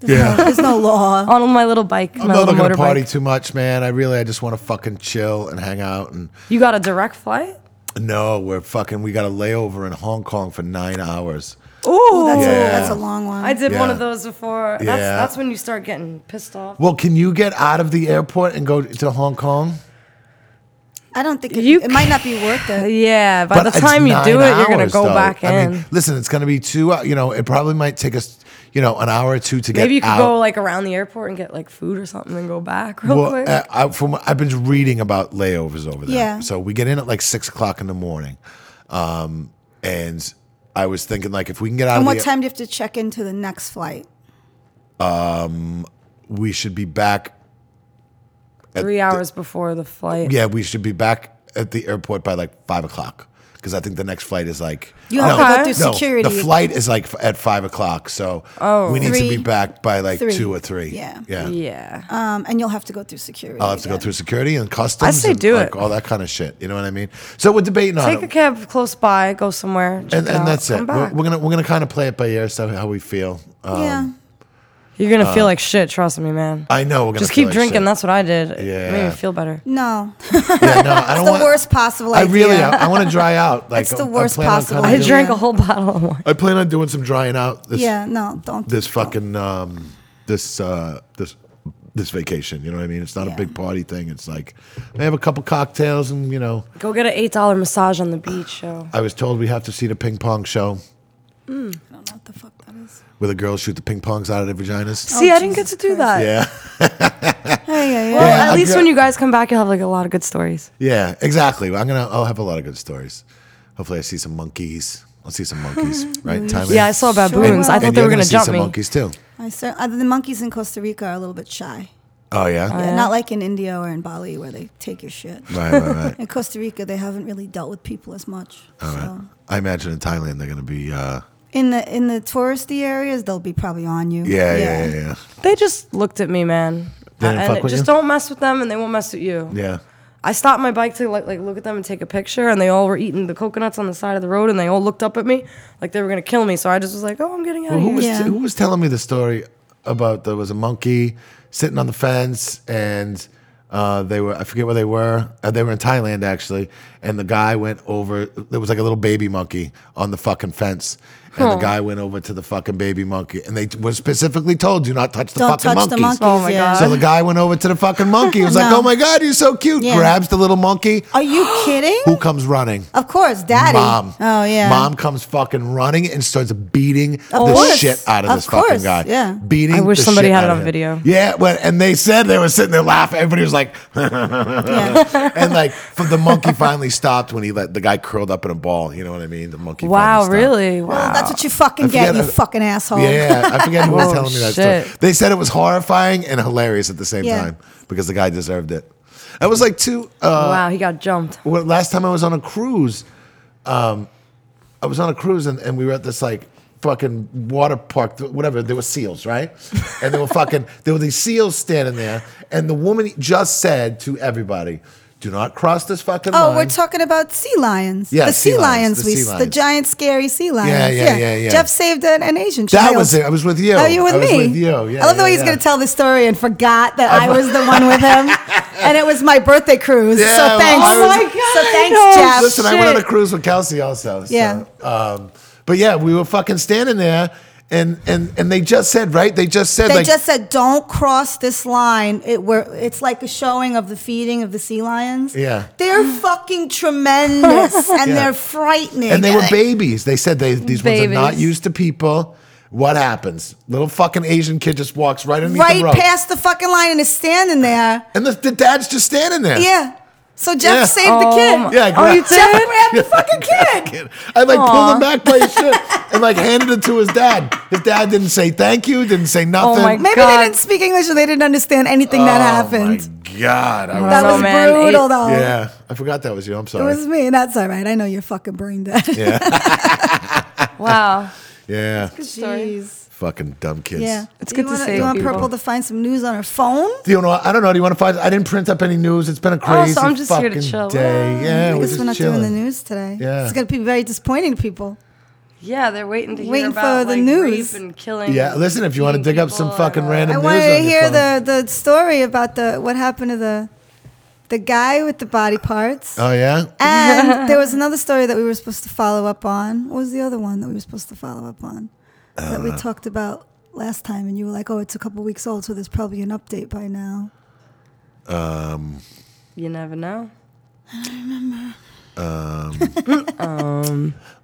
Speaker 1: Yeah.
Speaker 2: There's no
Speaker 1: Oh,
Speaker 2: law.
Speaker 3: On my little bike,
Speaker 1: I'm
Speaker 3: my
Speaker 1: not
Speaker 3: little
Speaker 1: looking to party
Speaker 3: motorbike.
Speaker 1: too much, man. I really, I just want to fucking chill and hang out. And
Speaker 3: You got a direct flight?
Speaker 1: no, we're fucking. We got a layover in Hong Kong for nine hours.
Speaker 3: Ooh,
Speaker 2: That's,
Speaker 1: Yeah.
Speaker 2: a, that's a long one.
Speaker 3: I did one
Speaker 1: Yeah.
Speaker 3: of those before. That's
Speaker 1: Yeah.
Speaker 3: that's when you start getting pissed off.
Speaker 1: Well, can you get out of the airport and go to Hong Kong?
Speaker 2: I don't think it,
Speaker 3: You
Speaker 2: it might not be worth it.
Speaker 3: Yeah, by the
Speaker 1: it's
Speaker 3: time you do it,
Speaker 1: nine
Speaker 3: you're gonna
Speaker 1: hours,
Speaker 3: go
Speaker 1: though.
Speaker 3: back in.
Speaker 1: I mean, listen, it's gonna be two. hou- You know, it probably might take us, you know, an hour or two to get.
Speaker 3: Maybe you could
Speaker 1: out.
Speaker 3: go like around the airport and get like food or something and go back real
Speaker 1: Well,
Speaker 3: quick.
Speaker 1: uh, I, from I've been reading about layovers over there.
Speaker 2: Yeah.
Speaker 1: So we get in at like six o'clock in the morning, um, and I was thinking like if we can get out
Speaker 2: And
Speaker 1: of
Speaker 2: what
Speaker 1: the,
Speaker 2: time do you have to check into the next flight?
Speaker 1: we should be back.
Speaker 3: Three hours before the flight.
Speaker 1: Yeah, we should be back at the airport by like five o'clock because I think the next flight is like
Speaker 2: You have
Speaker 3: Okay.
Speaker 2: to go through
Speaker 1: No,
Speaker 2: security. Oh,
Speaker 1: the flight is like f- at five o'clock, so we need to
Speaker 2: Three.
Speaker 1: be back by like
Speaker 2: Three.
Speaker 1: two or three.
Speaker 2: Yeah.
Speaker 1: yeah.
Speaker 3: Yeah.
Speaker 2: um, and you'll have to go through security.
Speaker 1: I'll have to go
Speaker 2: again.
Speaker 1: through security and customs.
Speaker 3: say
Speaker 1: and,
Speaker 3: do
Speaker 1: like,
Speaker 3: it.
Speaker 1: All that kind of shit. You know what I mean? So we're debating on
Speaker 3: Take
Speaker 1: it.
Speaker 3: a cab close by, go somewhere. check
Speaker 1: and,
Speaker 3: it out,
Speaker 1: and that's it.
Speaker 3: come
Speaker 1: We're,
Speaker 3: back.
Speaker 1: we're gonna we're gonna kind of play it by ear, so how we feel. Um,
Speaker 2: yeah.
Speaker 3: You're gonna feel like shit, trust me, man.
Speaker 1: I know we're Uh, gonna
Speaker 3: Just
Speaker 1: feel
Speaker 3: keep
Speaker 1: like
Speaker 3: drinking.
Speaker 1: shit.
Speaker 3: That's what I did. It made
Speaker 1: Yeah.
Speaker 3: me feel better.
Speaker 2: No.
Speaker 1: Yeah, no, I don't
Speaker 2: the
Speaker 1: want,
Speaker 2: worst possible
Speaker 1: I
Speaker 2: idea.
Speaker 1: really I, want to dry out. Like
Speaker 2: It's the
Speaker 1: I'm- I'm
Speaker 2: worst
Speaker 1: planning on
Speaker 2: possible
Speaker 1: kinda
Speaker 3: I
Speaker 2: Yeah.
Speaker 1: doing-
Speaker 3: drank a whole bottle of wine.
Speaker 1: I plan on doing some drying out. This,
Speaker 2: yeah, no, don't.
Speaker 1: This fucking um, this uh, this this vacation. You know what I mean? It's not a
Speaker 2: Yeah.
Speaker 1: big party thing. It's like I have a couple cocktails and you know.
Speaker 3: Go get an eight dollar massage on the beach. Yo.
Speaker 1: I was told we have to see the ping pong show
Speaker 2: I don't know what the fuck that is.
Speaker 1: where the girls shoot the ping pongs out of their vaginas.
Speaker 3: See, I didn't get
Speaker 2: Jesus
Speaker 3: to do that.
Speaker 1: Yeah,
Speaker 2: Hey, yeah, yeah.
Speaker 3: Well,
Speaker 1: Yeah,
Speaker 3: at
Speaker 1: I
Speaker 3: least
Speaker 1: got-
Speaker 3: when you guys come back, you'll have like a lot of good stories.
Speaker 1: yeah, exactly. I'm gonna. I'll have a lot of good stories. Hopefully, I see some monkeys. I'll see some monkeys, right? Time
Speaker 3: Yeah, I saw baboons.
Speaker 2: will.
Speaker 3: I thought
Speaker 1: And
Speaker 3: they
Speaker 1: you're
Speaker 3: were gonna,
Speaker 1: see
Speaker 3: jump
Speaker 1: some
Speaker 3: me.
Speaker 1: monkeys too.
Speaker 2: I cer- uh, the monkeys in Costa Rica are a little bit shy.
Speaker 1: Oh yeah.
Speaker 2: Yeah, Not like in India or in Bali where they take your shit.
Speaker 1: Right, right, right.
Speaker 2: In Costa Rica, they haven't really dealt with people as much. so.
Speaker 1: I imagine in Thailand they're gonna be. Uh,
Speaker 2: In the in the touristy areas, they'll be probably on you.
Speaker 1: yeah, yeah, yeah, yeah,
Speaker 3: They just looked at me, man.
Speaker 1: They didn't
Speaker 3: and
Speaker 1: fuck
Speaker 3: it-
Speaker 1: with
Speaker 3: just
Speaker 1: you?
Speaker 3: don't mess with them, and they won't mess with you.
Speaker 1: yeah.
Speaker 3: I stopped my bike to like, like look at them and take a picture, and they all were eating the coconuts on the side of the road, and they all looked up at me like they were gonna kill me. So I just was like, "Oh, I'm getting out of
Speaker 1: Who
Speaker 3: here."
Speaker 1: was
Speaker 2: Yeah.
Speaker 1: who was telling me the story about there was a monkey sitting on the fence and. Uh, they were I forget where they were. Uh, they were in Thailand actually, and the guy went over. There was like a little baby monkey on the fucking fence, and
Speaker 3: Huh.
Speaker 1: the guy went over to the fucking baby monkey, and they t- were specifically told, "Do not touch the
Speaker 2: Don't
Speaker 1: fucking
Speaker 2: touch
Speaker 1: monkeys."
Speaker 2: the monkeys.
Speaker 3: Oh my
Speaker 2: yeah.
Speaker 3: God.
Speaker 1: So the guy went over to the fucking monkey. He was like,
Speaker 2: No.
Speaker 1: "Oh my god, you're so cute!"
Speaker 2: Yeah.
Speaker 1: Grabs the little monkey.
Speaker 2: Are you kidding?
Speaker 1: Who comes running?
Speaker 2: Of course, daddy.
Speaker 1: Mom.
Speaker 2: Oh yeah.
Speaker 1: Mom comes fucking running and starts beating the
Speaker 2: course.
Speaker 1: shit out of,
Speaker 2: Of
Speaker 1: this
Speaker 2: course,
Speaker 1: fucking guy.
Speaker 2: yeah.
Speaker 1: Beating.
Speaker 3: I wish
Speaker 1: the
Speaker 3: somebody
Speaker 1: shit
Speaker 3: had it
Speaker 1: out of
Speaker 3: on
Speaker 1: him.
Speaker 3: video.
Speaker 1: Yeah. Well, and they said they were sitting there laughing. Everybody was like,
Speaker 2: Yeah.
Speaker 1: and like from the monkey finally stopped when he let the guy curled up in a ball. You know what I mean? The monkey.
Speaker 3: wow,
Speaker 1: finally stopped.
Speaker 3: really? Wow.
Speaker 2: Well, Oh, that's what you
Speaker 1: I
Speaker 2: fucking
Speaker 1: forget
Speaker 2: get, you
Speaker 1: that-
Speaker 2: fucking asshole.
Speaker 1: Yeah, I forget who was
Speaker 3: Whoa,
Speaker 1: telling me that
Speaker 3: shit.
Speaker 1: story. They said it was horrifying and hilarious at the same
Speaker 2: Yeah.
Speaker 1: time because the guy deserved it. That was like two. Uh,
Speaker 3: wow, he got jumped.
Speaker 1: well, last time I was on a cruise, um, I was on a cruise and, and we were at this like fucking water park, th- whatever. There were seals, right? And there were fucking there were these seals standing there, and the woman just said to everybody, do not cross this fucking
Speaker 2: Oh,
Speaker 1: line.
Speaker 2: we're talking about sea lions.
Speaker 1: Yeah,
Speaker 2: the
Speaker 1: sea
Speaker 2: sea,
Speaker 1: lions,
Speaker 2: lions,
Speaker 1: the
Speaker 2: we
Speaker 1: sea
Speaker 2: s- the
Speaker 1: lions.
Speaker 2: giant scary sea lions.
Speaker 1: yeah, yeah, yeah.
Speaker 2: Jeff saved an, an Asian
Speaker 1: that
Speaker 2: child.
Speaker 1: was it. I was with you.
Speaker 2: Oh, you were with
Speaker 1: I was
Speaker 2: me.
Speaker 1: with you. Yeah,
Speaker 2: I love the
Speaker 1: yeah,
Speaker 2: way he's
Speaker 1: yeah.
Speaker 2: going to tell the story and forgot that I was the one with him, and it was my birthday cruise.
Speaker 1: Yeah, well,
Speaker 2: so thanks.
Speaker 1: I was-
Speaker 2: so thanks,
Speaker 3: No,
Speaker 2: Jeff.
Speaker 1: Listen, I went on a
Speaker 3: Shit.
Speaker 1: cruise with Kelsey also. so,
Speaker 2: Yeah.
Speaker 1: um, but yeah, we were fucking standing there, and and and they just said right. They just said
Speaker 2: They
Speaker 1: like
Speaker 2: just said, "Don't cross this line." It were it's like a showing of the feeding of the sea lions.
Speaker 1: Yeah.
Speaker 2: they're fucking tremendous and they're frightening.
Speaker 1: and they were
Speaker 2: like,
Speaker 1: babies. They said they these ones are not
Speaker 3: Babies.
Speaker 1: used to people. What happens? Little fucking Asian kid just walks right underneath
Speaker 2: right
Speaker 1: the rope,
Speaker 2: past the fucking line and is standing there.
Speaker 1: and the, the dad's just standing there.
Speaker 2: Yeah. So Jeff
Speaker 1: Yeah. Um,
Speaker 2: saved
Speaker 3: Oh
Speaker 2: the kid.
Speaker 3: my-
Speaker 1: Yeah, I
Speaker 3: oh, you
Speaker 1: grabbed-
Speaker 2: Jeff
Speaker 3: did?
Speaker 2: grabbed the fucking kid.
Speaker 1: I like pulled him
Speaker 3: Aw.
Speaker 1: back by his shit and like handed it to his dad. His dad didn't say thank you, didn't say nothing.
Speaker 3: my
Speaker 2: Maybe
Speaker 3: God.
Speaker 2: they didn't speak English or they didn't understand anything Oh that happened.
Speaker 1: Oh, my god! I was,
Speaker 2: That
Speaker 3: Oh,
Speaker 2: was
Speaker 3: man.
Speaker 2: brutal,
Speaker 3: It-
Speaker 2: though.
Speaker 1: yeah, I forgot that was you. I'm
Speaker 2: It
Speaker 1: sorry.
Speaker 2: was me. That's all right. I know you're fucking brain dead.
Speaker 1: yeah,
Speaker 3: Wow.
Speaker 1: yeah.
Speaker 2: Jeez.
Speaker 1: Fucking dumb kids.
Speaker 2: Yeah.
Speaker 3: It's
Speaker 2: Do
Speaker 3: good
Speaker 2: you
Speaker 3: to
Speaker 2: wanna-
Speaker 3: save
Speaker 2: You want
Speaker 3: people.
Speaker 2: Purple to find some news on her phone?
Speaker 1: Do you know? I don't know. Do you want to find? I didn't print up any news. It's been a
Speaker 3: Oh,
Speaker 1: crazy
Speaker 3: so I'm just here
Speaker 1: fucking
Speaker 3: to chill.
Speaker 1: day.
Speaker 2: I
Speaker 1: Yeah, we're
Speaker 2: guess
Speaker 1: just
Speaker 2: we're not
Speaker 1: chilling.
Speaker 2: doing the news today.
Speaker 1: Yeah.
Speaker 2: It's going to be very disappointing to people.
Speaker 3: Yeah, they're waiting to hear
Speaker 2: Waiting for
Speaker 3: about
Speaker 2: the
Speaker 3: like,
Speaker 2: news.
Speaker 3: rape and killing.
Speaker 1: Yeah, listen, if you wanna dig up some fucking random-
Speaker 2: I
Speaker 1: news
Speaker 2: wanted
Speaker 1: on
Speaker 2: to
Speaker 1: your
Speaker 2: hear
Speaker 1: phone.
Speaker 2: the, the story about the what happened to the the guy with the body parts.
Speaker 1: Oh yeah.
Speaker 2: And there was another story that we were supposed to follow up on. What was the other one that we were supposed to follow up on that we talked about last time? And you were like, "Oh, it's a couple weeks old, so there's probably an update by now."
Speaker 1: Um,
Speaker 3: You never know.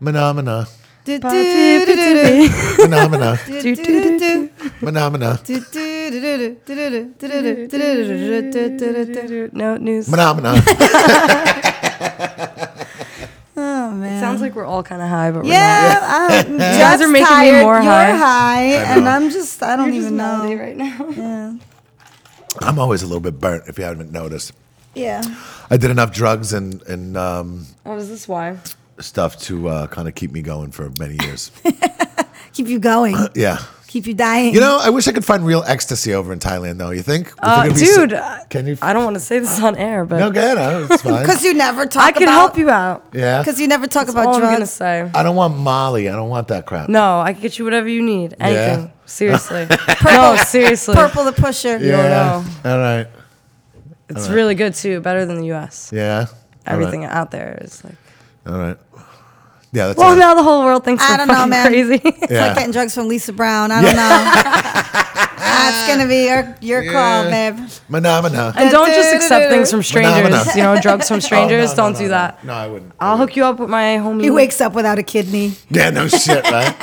Speaker 1: Phenomena.
Speaker 2: Do, do, do, do, do.
Speaker 1: Phenomena.
Speaker 2: Do, do, do, do.
Speaker 1: Phenomena.
Speaker 2: Do, do, do, do, do, do, do, do, do, do, do, do, do, do, do, do.
Speaker 3: No news.
Speaker 1: Phenomena.
Speaker 2: Oh man.
Speaker 3: Sounds like we're all kind of high, but
Speaker 2: yeah, I'm
Speaker 3: You guys
Speaker 2: just
Speaker 3: are making me
Speaker 2: tired.
Speaker 3: more
Speaker 2: You're
Speaker 3: high.
Speaker 2: high, and I'm just—I
Speaker 3: we're
Speaker 2: don't
Speaker 3: not.
Speaker 2: even know.
Speaker 3: right now.
Speaker 2: Yeah,
Speaker 1: I'm always a little bit burnt if you haven't noticed.
Speaker 2: yeah.
Speaker 1: I did enough drugs and and um,
Speaker 3: Oh, is this why?
Speaker 1: stuff to uh, kind of keep me going for many years.
Speaker 2: Keep you going.
Speaker 1: yeah.
Speaker 2: Keep you dying.
Speaker 1: You know, I wish I could find real ecstasy over in Thailand, though. You think? You
Speaker 3: Uh,
Speaker 1: think it'd be si-
Speaker 3: dude, uh,
Speaker 1: can you?
Speaker 3: I don't want to say this on air, but
Speaker 1: No, go ahead. I- It's fine.
Speaker 2: because you never talk.
Speaker 3: I can
Speaker 2: about-
Speaker 3: help you out.
Speaker 1: yeah.
Speaker 2: Because you never talk
Speaker 3: All
Speaker 2: about
Speaker 3: I'm gonna
Speaker 2: drugs.
Speaker 3: say.
Speaker 1: I don't want Molly. I don't want that crap.
Speaker 3: No, I can get you whatever you need. Anything.
Speaker 1: Yeah.
Speaker 3: Seriously. no, seriously.
Speaker 2: Purple the pusher.
Speaker 1: Yeah. All right.
Speaker 3: It's really good too. Better than the U.S.
Speaker 1: Yeah.
Speaker 3: Everything out there is like.
Speaker 1: All right. All right. Yeah. That's.
Speaker 3: Well,
Speaker 1: all right.
Speaker 3: now the whole world thinks
Speaker 2: I
Speaker 3: we're
Speaker 2: don't know,
Speaker 3: fucking
Speaker 2: man.
Speaker 3: crazy.
Speaker 2: It's
Speaker 1: Yeah.
Speaker 2: like getting drugs from Lisa Brown. I don't know. That's gonna be your your call,
Speaker 1: Yeah.
Speaker 2: babe.
Speaker 1: Phenomena.
Speaker 3: and don't just accept things from
Speaker 1: Phenomena.
Speaker 3: strangers. You know, drugs from strangers.
Speaker 1: Oh, no, no,
Speaker 3: don't
Speaker 1: no,
Speaker 3: do
Speaker 1: no.
Speaker 3: that.
Speaker 1: No, I wouldn't.
Speaker 3: I'll hook you up with my homie.
Speaker 2: He wakes up without a kidney.
Speaker 1: Yeah. No shit. Right.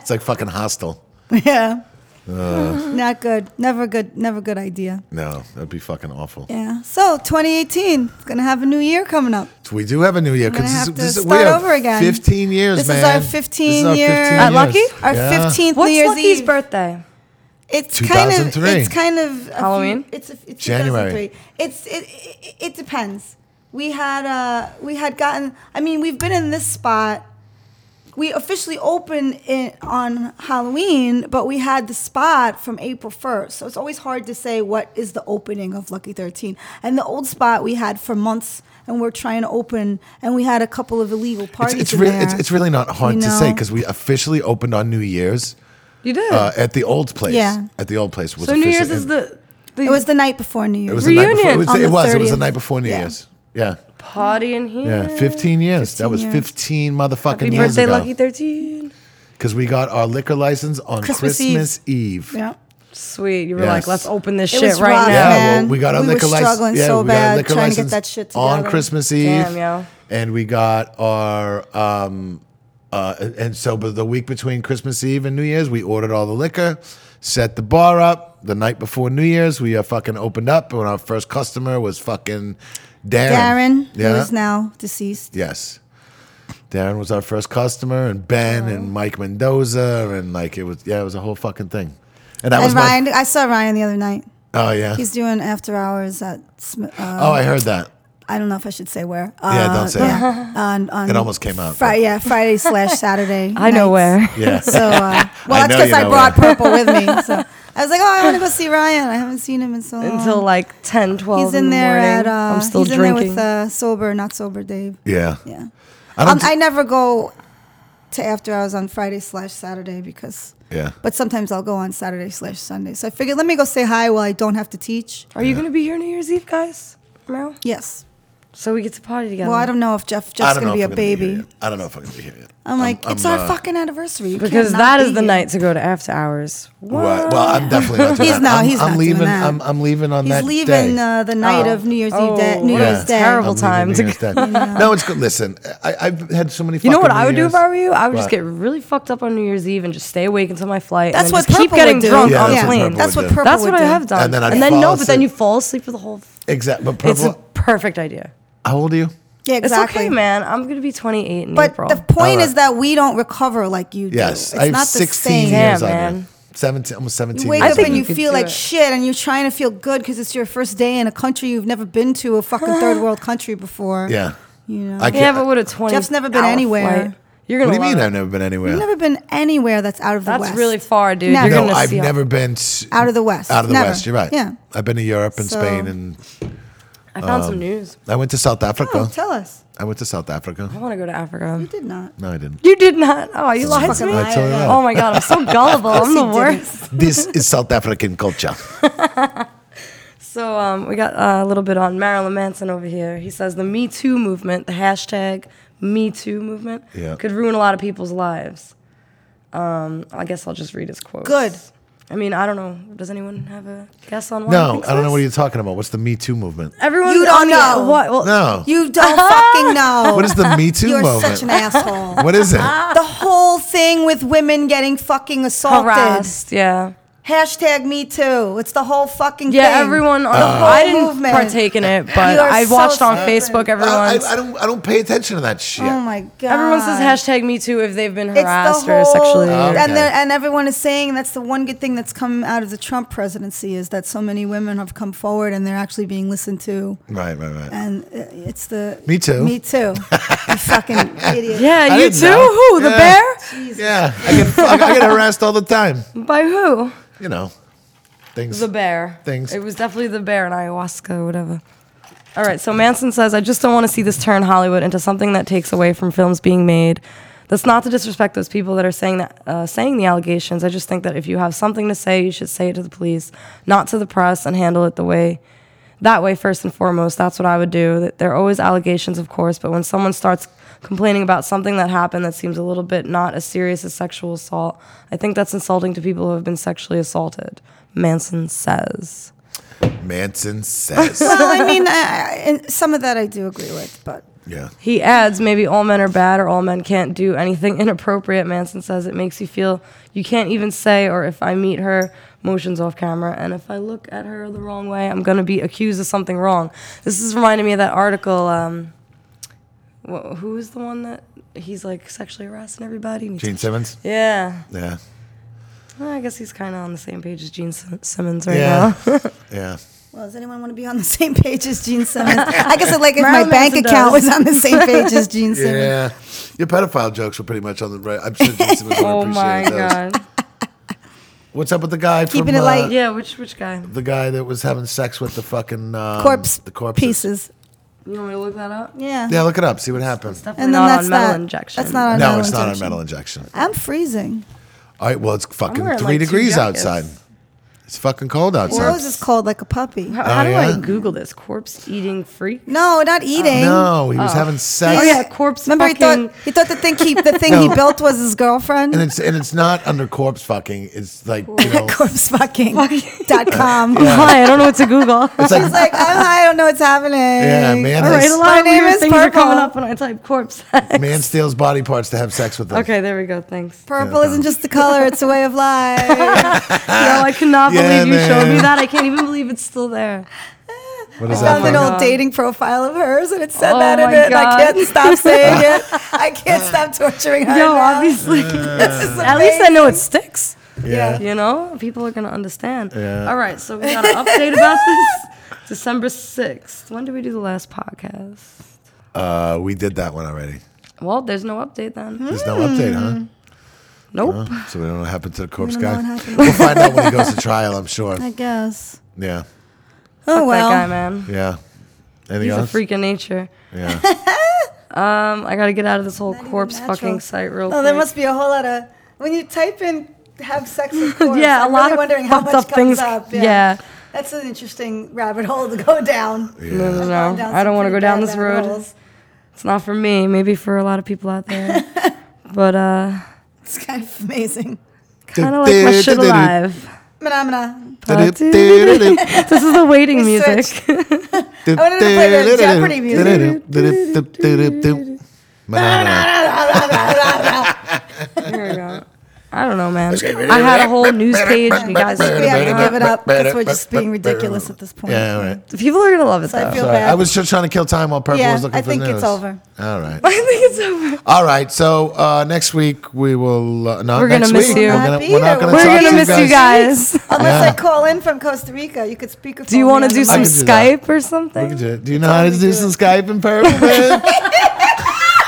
Speaker 1: it's like fucking hostile.
Speaker 2: Yeah.
Speaker 3: Uh.
Speaker 2: Not good. Never good. Never good idea.
Speaker 1: No, that'd be fucking awful.
Speaker 2: Yeah. So 2018 it's gonna have a new year coming up.
Speaker 1: We do have a new year
Speaker 2: gonna
Speaker 1: because
Speaker 2: have to
Speaker 1: this, is we
Speaker 2: start
Speaker 1: have
Speaker 2: over again.
Speaker 1: 15 years,
Speaker 2: This is
Speaker 1: man.
Speaker 2: our 15
Speaker 1: our
Speaker 2: year-
Speaker 1: 15
Speaker 3: At Lucky?
Speaker 1: years.
Speaker 2: Our
Speaker 1: Yeah.
Speaker 2: 15th
Speaker 3: What's
Speaker 2: New Year's
Speaker 3: Lucky's
Speaker 2: Eve.
Speaker 3: birthday?
Speaker 2: It's kind of
Speaker 1: 2003.
Speaker 2: it's kind of a few-
Speaker 3: Halloween?
Speaker 2: it's a, it's
Speaker 1: January.
Speaker 2: 2003. It's it, it it depends. We had uh we had gotten. I mean, we've been in this spot. We officially opened it on Halloween, but we had the spot from April first, so it's always hard to say what is the opening of Lucky Thirteen. And the old spot we had for months, and we're trying to open, and we had a couple of illegal
Speaker 1: It's,
Speaker 2: parties.
Speaker 1: it's,
Speaker 2: in
Speaker 1: really,
Speaker 2: there.
Speaker 1: it's, it's really not hard
Speaker 2: You
Speaker 1: to say
Speaker 2: know?
Speaker 1: because we officially opened on New Year's
Speaker 3: You did.
Speaker 1: uh, at the old place.
Speaker 2: Yeah.
Speaker 1: At the old place. Was
Speaker 3: so New
Speaker 1: officially-
Speaker 3: Year's is the, the
Speaker 2: it was the night before New Year's.
Speaker 1: It was the night before-
Speaker 3: reunion
Speaker 1: It was,
Speaker 2: on
Speaker 1: it,
Speaker 2: the
Speaker 1: was, it was the
Speaker 2: 30th.
Speaker 1: night before New
Speaker 2: Yeah.
Speaker 1: Year's. Yeah.
Speaker 3: party in here.
Speaker 1: Yeah. 15 years. that was
Speaker 2: 15 years.
Speaker 1: 15 motherfucking
Speaker 3: Happy
Speaker 1: years
Speaker 3: birthday, Lucky
Speaker 1: ago.
Speaker 3: Thirteen.
Speaker 1: Because we got our liquor license on
Speaker 2: Christmas Eve.
Speaker 1: Christmas Eve.
Speaker 2: yeah.
Speaker 3: Sweet. You were
Speaker 1: Yes.
Speaker 3: like, let's open this
Speaker 2: It
Speaker 3: shit
Speaker 2: was
Speaker 3: right
Speaker 2: rough,
Speaker 1: Yeah,
Speaker 3: now.
Speaker 2: man.
Speaker 1: well, we got our
Speaker 2: We were
Speaker 1: liquor license.
Speaker 2: struggling
Speaker 1: yeah,
Speaker 2: so
Speaker 1: we got our
Speaker 2: bad
Speaker 1: liquor
Speaker 2: trying to
Speaker 1: license
Speaker 2: get that shit
Speaker 1: on
Speaker 2: together.
Speaker 1: Christmas Eve.
Speaker 3: Damn, yo.
Speaker 1: And we got our um uh and- and so but the week between Christmas Eve and New Year's, we ordered all the liquor, set the bar up. The night before New Year's, we uh, fucking opened up and our first customer was fucking Darren.
Speaker 2: Darren,
Speaker 1: Yeah.
Speaker 2: who is now deceased.
Speaker 1: yes. Darren was our first customer and Ben
Speaker 2: Oh.
Speaker 1: and Mike Mendoza and like it was yeah, it was a whole fucking thing. And that was
Speaker 2: And
Speaker 1: my-
Speaker 2: Ryan, I saw Ryan the other night.
Speaker 1: Oh yeah.
Speaker 2: He's doing after hours at. Sm- Uh,
Speaker 1: oh, I heard that.
Speaker 2: I don't know if I should say where. Uh,
Speaker 1: Yeah, don't say
Speaker 2: yeah. on, on
Speaker 1: It almost came out, but-
Speaker 2: Friday, yeah, Friday slash Saturday.
Speaker 3: I know
Speaker 2: nights.
Speaker 3: where.
Speaker 1: Yeah.
Speaker 2: So, uh, well,
Speaker 1: I
Speaker 2: that's
Speaker 1: know
Speaker 2: because
Speaker 1: you
Speaker 2: I
Speaker 1: know
Speaker 2: brought
Speaker 1: where.
Speaker 2: purple with me. So. I was like, oh, I want to go see Ryan. I haven't seen him in so long.
Speaker 3: until like 10, 12
Speaker 2: he's in
Speaker 3: the
Speaker 2: there
Speaker 3: morning.
Speaker 2: at. Uh,
Speaker 3: I'm still
Speaker 2: he's
Speaker 3: drinking.
Speaker 2: in there with uh, sober, not sober, Dave.
Speaker 1: Yeah.
Speaker 2: Yeah.
Speaker 1: I
Speaker 2: Um,
Speaker 1: don't.
Speaker 2: I never go to after hours on Friday slash Saturday because.
Speaker 1: yeah.
Speaker 2: But sometimes I'll go on Saturday slash Sunday. So I figured, let me go say hi while I don't have to teach.
Speaker 3: Are you going to be here New Year's Eve, guys? No?
Speaker 2: Yes.
Speaker 3: So we get to party together.
Speaker 2: Well, I don't know if Jeff
Speaker 1: I
Speaker 2: Jeff's
Speaker 1: don't
Speaker 2: gonna
Speaker 1: know
Speaker 2: be
Speaker 1: if I'm
Speaker 2: a
Speaker 1: gonna
Speaker 2: baby.
Speaker 1: here yet. I don't know if I'm gonna be here yet.
Speaker 2: I'm like, it's our
Speaker 1: uh,
Speaker 2: fucking anniversary. You
Speaker 3: because
Speaker 2: can't not
Speaker 3: that is
Speaker 2: be
Speaker 3: the
Speaker 2: here.
Speaker 3: night to go to after hours. What?
Speaker 1: Right. Well, I'm definitely not. Doing
Speaker 2: He's
Speaker 1: that.
Speaker 2: not-
Speaker 1: I'm,
Speaker 2: he's
Speaker 1: I'm
Speaker 2: not doing
Speaker 1: leaving.
Speaker 2: that.
Speaker 1: I'm, I'm leaving on
Speaker 2: He's
Speaker 1: that
Speaker 2: leaving
Speaker 1: day.
Speaker 2: uh, the night
Speaker 3: Oh.
Speaker 2: of New Year's
Speaker 3: Oh,
Speaker 2: Eve. Day, New
Speaker 3: what
Speaker 2: Year's
Speaker 3: a
Speaker 2: Day.
Speaker 3: terrible
Speaker 1: I'm leaving
Speaker 3: time
Speaker 1: New
Speaker 3: to
Speaker 1: Year's Day. No, it's good. Listen, I, I've had so many.
Speaker 3: You know what
Speaker 1: fucking
Speaker 3: I would
Speaker 1: New
Speaker 3: do if I
Speaker 1: Year's.
Speaker 3: were you? I would just
Speaker 1: What?
Speaker 3: get really fucked up on New Year's Eve and just stay awake until my flight.
Speaker 2: That's
Speaker 3: and then
Speaker 2: what
Speaker 3: just keep
Speaker 2: Purple
Speaker 3: getting
Speaker 2: would do.
Speaker 3: drunk
Speaker 1: Yeah,
Speaker 3: on
Speaker 1: that's what Purple would
Speaker 2: That's
Speaker 3: plane.
Speaker 2: what
Speaker 1: do.
Speaker 2: Purple
Speaker 3: That's
Speaker 2: would
Speaker 3: what I
Speaker 2: do.
Speaker 3: have done.
Speaker 1: And then I'd
Speaker 3: and then
Speaker 1: fall
Speaker 3: no, but then
Speaker 1: asleep.
Speaker 3: you fall asleep for the whole.
Speaker 1: Exactly. But
Speaker 3: It's a
Speaker 1: purple.
Speaker 3: perfect idea.
Speaker 1: How old are you?
Speaker 2: Yeah, exactly.
Speaker 3: It's okay, man. I'm gonna be 28 in
Speaker 2: But
Speaker 3: April.
Speaker 2: the point
Speaker 1: Alright.
Speaker 2: is that we don't recover like you do.
Speaker 1: Yes,
Speaker 2: it's
Speaker 1: I have
Speaker 2: not the
Speaker 1: 16
Speaker 2: same.
Speaker 1: years
Speaker 3: Yeah,
Speaker 1: on
Speaker 3: man.
Speaker 1: you. 17, almost 17
Speaker 2: You wake
Speaker 1: years
Speaker 2: up
Speaker 1: on
Speaker 3: think
Speaker 2: and
Speaker 1: you.
Speaker 2: you
Speaker 3: could
Speaker 2: feel
Speaker 3: do
Speaker 2: like
Speaker 3: it.
Speaker 2: shit, and you're trying to feel good because it's your first day in a country you've never been to, a fucking third world country before.
Speaker 1: Yeah.
Speaker 2: you know.
Speaker 1: I
Speaker 3: yeah,
Speaker 1: can't-
Speaker 3: but what a 20.
Speaker 2: Jeff's never been
Speaker 3: hour
Speaker 2: anywhere.
Speaker 3: flight. You're
Speaker 1: What
Speaker 3: gonna.
Speaker 1: do you mean?
Speaker 3: love
Speaker 1: I've never been anywhere.
Speaker 2: I've never been anywhere that's out of the
Speaker 3: That's
Speaker 2: west.
Speaker 3: really far, dude.
Speaker 2: Never.
Speaker 3: You're
Speaker 1: no,
Speaker 3: gonna
Speaker 1: I've
Speaker 3: see a-
Speaker 1: never been s-
Speaker 2: Out of the West.
Speaker 1: Out of the
Speaker 2: Never.
Speaker 1: West. You're right.
Speaker 2: Yeah.
Speaker 1: I've been to Europe and
Speaker 2: So-
Speaker 1: Spain, and
Speaker 3: it. I
Speaker 1: Um,
Speaker 3: found some news.
Speaker 1: I went to South Africa.
Speaker 2: Oh, tell us.
Speaker 1: I went to South Africa.
Speaker 3: I want to go to Africa.
Speaker 2: You did not.
Speaker 1: No, I didn't.
Speaker 3: You did not. Oh, you lied to
Speaker 2: fucking
Speaker 3: me.
Speaker 1: I tell you that.
Speaker 3: Oh my god, I'm so gullible. I'm the
Speaker 2: Of course he didn't.
Speaker 3: worst.
Speaker 1: this is South African culture.
Speaker 3: So um, we got uh, a little bit on Marilyn Manson over here. He says the Me Too movement, the hashtag Me Too movement,
Speaker 1: Yeah.
Speaker 3: could ruin a lot of people's lives. Um, I guess I'll just read his quote.
Speaker 2: Good.
Speaker 3: I mean, I don't know. Does anyone have a guess on why? he
Speaker 1: No,
Speaker 3: thinks
Speaker 1: I don't know
Speaker 3: this?
Speaker 1: what you're talking about. What's the Me Too movement?
Speaker 3: Everyone,
Speaker 2: You don't
Speaker 3: I mean,
Speaker 2: know.
Speaker 3: What? Well,
Speaker 1: No.
Speaker 2: You don't fucking know.
Speaker 1: What is the Me Too
Speaker 2: You're
Speaker 1: movement?
Speaker 2: such an asshole. Ah,
Speaker 1: what is it?
Speaker 2: the whole thing with women getting fucking assaulted.
Speaker 3: harassed. Yeah.
Speaker 2: Hashtag me too. It's the whole fucking
Speaker 3: Yeah,
Speaker 2: thing.
Speaker 3: everyone. On,
Speaker 2: the
Speaker 1: Uh,
Speaker 2: whole
Speaker 3: I didn't
Speaker 2: movement.
Speaker 3: partake in it, but
Speaker 2: You are
Speaker 3: I
Speaker 2: so
Speaker 3: watched on
Speaker 2: stupid.
Speaker 3: Facebook.
Speaker 1: I, Uh, I,
Speaker 3: Everyone's
Speaker 1: I uh, don't. I don't pay attention to that shit.
Speaker 2: Oh my god.
Speaker 3: everyone says hashtag Me Too if they've been
Speaker 2: It's the
Speaker 3: harassed or
Speaker 2: whole-
Speaker 3: sexually.
Speaker 1: Oh. Okay.
Speaker 2: and there- and everyone is saying that's the one good thing that's come out of the Trump presidency is that so many women have come forward and they're actually being listened to.
Speaker 1: Right, right, right.
Speaker 2: And uh, it's the
Speaker 1: Me too.
Speaker 2: Me too. you fucking idiot.
Speaker 3: Yeah,
Speaker 1: I
Speaker 3: you
Speaker 1: didn't
Speaker 3: too.
Speaker 1: know.
Speaker 3: Who? The
Speaker 1: Yeah.
Speaker 3: bear?
Speaker 1: Yeah, I get, I, get harassed all the time.
Speaker 3: By who?
Speaker 1: You know, things.
Speaker 3: The bear.
Speaker 1: Things.
Speaker 3: It was definitely the bear and ayahuasca, or whatever. All right, so Manson says, I just don't want to see this turn Hollywood into something that takes away from films being made. That's not to disrespect those people that are saying that, uh, saying the allegations. I just think that if you have something to say, you should say it to the police, not to the press, and handle it the way that way first and foremost. That's what I would do. That- There are always allegations, of course, but when someone starts complaining about something that happened that seems a little bit not as serious as sexual assault, I think that's insulting to people who have been sexually assaulted. Manson says.
Speaker 1: Manson says.
Speaker 2: Well, I mean, I, I- and some of that I do agree with, but
Speaker 1: yeah.
Speaker 3: He adds, maybe all men are bad or all men can't do anything inappropriate. Manson says it makes you feel you can't even say, or if I meet her, motions off camera, and if I look at her the wrong way, I'm gonna be accused of something wrong. This is reminding me of that article. Um, wh- who is the one that he's like sexually harassing everybody? And he's-
Speaker 1: Gene Simmons.
Speaker 3: Yeah,
Speaker 1: Yeah.
Speaker 3: Well, I guess he's kind of on the same page as Gene Sim- Simmons right
Speaker 1: Yeah.
Speaker 3: now.
Speaker 1: yeah.
Speaker 2: well, does anyone want to be on the same page as Gene Simmons? I guess like if my
Speaker 3: Marilyn
Speaker 2: bank
Speaker 3: Manson
Speaker 2: account
Speaker 3: does.
Speaker 2: was on the same page as Gene Simmons.
Speaker 1: Yeah. Your pedophile jokes were pretty much on the right. I'm sure Gene Simmons would
Speaker 3: oh
Speaker 1: appreciate
Speaker 3: my
Speaker 1: those.
Speaker 3: god.
Speaker 1: What's up with the guy
Speaker 2: Keeping
Speaker 1: from,
Speaker 2: it light.
Speaker 1: uh,
Speaker 3: Yeah, which which guy?
Speaker 1: the guy that was having sex with the fucking um,
Speaker 2: Corpse,
Speaker 1: the corpse
Speaker 2: pieces.
Speaker 3: You want me to look that up?
Speaker 2: Yeah.
Speaker 1: Yeah, look it up. See what happened.
Speaker 3: Definitely
Speaker 2: And then
Speaker 3: not
Speaker 2: that's
Speaker 3: on metal
Speaker 2: that.
Speaker 3: injection.
Speaker 2: That's not on
Speaker 1: No,
Speaker 2: metal
Speaker 1: it's not on
Speaker 2: injection.
Speaker 1: metal injection.
Speaker 2: I'm freezing.
Speaker 1: All right, well, it's fucking
Speaker 3: wearing,
Speaker 1: three
Speaker 3: like, two
Speaker 1: degrees
Speaker 3: jackets.
Speaker 1: outside. It's fucking cold outside.
Speaker 2: Rose is cold like a puppy.
Speaker 3: How, how do
Speaker 1: Oh, yeah?
Speaker 3: I Google this? Corpse eating freak?
Speaker 2: No, not eating.
Speaker 1: Oh, No, he was having sex.
Speaker 3: Oh, yeah, corpse
Speaker 2: Remember, he
Speaker 3: fucking-
Speaker 2: thought he thought the thing he the thing he
Speaker 1: No.
Speaker 2: built was his girlfriend.
Speaker 1: And it's and it's not under corpse fucking. It's like you know,
Speaker 2: Corpsefucking dot com.
Speaker 3: Hi, I don't know what to Google.
Speaker 1: it's like,
Speaker 2: It's like I'm high, I don't know what's happening.
Speaker 1: yeah, man.
Speaker 3: All right,
Speaker 1: has-
Speaker 3: a lot
Speaker 2: My
Speaker 3: of
Speaker 2: name
Speaker 3: weird
Speaker 2: is
Speaker 3: things are coming
Speaker 2: Purple.
Speaker 3: up when I type corpse sex.
Speaker 1: man steals body parts to have sex with them.
Speaker 3: Okay, there we go. Thanks.
Speaker 2: Purple isn't just a color; it's a way of life.
Speaker 3: No, I cannot
Speaker 1: Ah, Yeah,
Speaker 3: believe you showed me
Speaker 1: man.
Speaker 3: that. I can't even believe it's still there.
Speaker 1: What is
Speaker 2: I
Speaker 1: that?
Speaker 2: found an
Speaker 1: From?
Speaker 2: old dating profile of hers, and it said
Speaker 3: Oh
Speaker 2: that in
Speaker 3: my
Speaker 2: it. and I
Speaker 3: God.
Speaker 2: can't stop saying it. I can't stop torturing her.
Speaker 3: No,
Speaker 2: now.
Speaker 3: obviously.
Speaker 2: This is
Speaker 3: At least I
Speaker 2: amazing.
Speaker 3: know it sticks.
Speaker 1: Yeah.
Speaker 3: You know, people are gonna understand.
Speaker 1: Yeah.
Speaker 3: All right, so we got an update about this. December sixth. When did we do the last podcast?
Speaker 1: Uh, we did that one already.
Speaker 3: Well, there's no update then.
Speaker 1: There's no update, Mm-hmm. huh?
Speaker 3: Nope.
Speaker 1: So we don't know what happened to the corpse
Speaker 2: Hmm. don't know
Speaker 1: guy.
Speaker 2: what happened.
Speaker 1: We'll find out when he goes to trial, I'm sure.
Speaker 2: I guess.
Speaker 1: Yeah.
Speaker 2: Oh
Speaker 3: Fuck
Speaker 2: well.
Speaker 3: that guy, man.
Speaker 1: Yeah. Anything
Speaker 3: He's a
Speaker 1: else?
Speaker 3: freak of nature.
Speaker 1: Yeah.
Speaker 3: Um, I gotta get out of this whole
Speaker 2: Not even
Speaker 3: corpse
Speaker 2: natural.
Speaker 3: fucking site real quick.
Speaker 2: Oh, there must be a whole lot of when you type in "have sex with corpse."
Speaker 3: Yeah, a
Speaker 2: I'm
Speaker 3: lot
Speaker 2: really
Speaker 3: of
Speaker 2: wondering how
Speaker 3: fucked
Speaker 2: much
Speaker 3: up
Speaker 2: comes
Speaker 3: things-
Speaker 2: Up.
Speaker 3: yeah.
Speaker 2: that's an interesting rabbit hole to go down.
Speaker 3: no, no,
Speaker 2: I've
Speaker 3: no.
Speaker 2: gone down
Speaker 3: I
Speaker 2: some
Speaker 3: don't want to
Speaker 2: pretty
Speaker 3: go down
Speaker 2: bad
Speaker 3: this
Speaker 2: rabbit
Speaker 3: road.
Speaker 2: holes.
Speaker 3: It's not for me. Maybe for a lot of people out there. but uh,
Speaker 2: It's kind of amazing.
Speaker 3: kind of like my shit alive.
Speaker 2: Phenomena.
Speaker 3: This is the waiting
Speaker 2: We
Speaker 3: music.
Speaker 1: I
Speaker 2: wanted to play the Jeopardy
Speaker 1: music.
Speaker 3: Here we go. I don't know, man. I had a whole news page. You guys,
Speaker 2: We have
Speaker 3: Yeah,
Speaker 2: to give it up because we're just being ridiculous at this point.
Speaker 1: Yeah, all right.
Speaker 3: people are gonna love it
Speaker 2: So I
Speaker 3: though.
Speaker 2: feel
Speaker 1: All right.
Speaker 2: bad.
Speaker 1: I was just trying to kill time while Purple
Speaker 2: Yeah,
Speaker 1: was looking
Speaker 2: I
Speaker 1: for
Speaker 2: think
Speaker 1: news.
Speaker 2: it's over.
Speaker 1: All right.
Speaker 3: I think it's over.
Speaker 1: All right. So uh, next week we will. Uh, not
Speaker 3: We're gonna
Speaker 1: next
Speaker 3: miss
Speaker 1: week.
Speaker 3: you.
Speaker 1: We're, gonna,
Speaker 2: Not be
Speaker 1: we're not
Speaker 2: there.
Speaker 1: going to
Speaker 3: We're
Speaker 1: talk
Speaker 2: talk
Speaker 3: gonna
Speaker 1: to
Speaker 3: miss you guys.
Speaker 2: Unless
Speaker 1: Yeah.
Speaker 2: I call in from Costa Rica, you could speak.
Speaker 3: Do you want to do
Speaker 1: can
Speaker 3: some
Speaker 1: do that.
Speaker 3: Skype or something?
Speaker 1: Do it. Do you know how to do some Skype in Purple, man?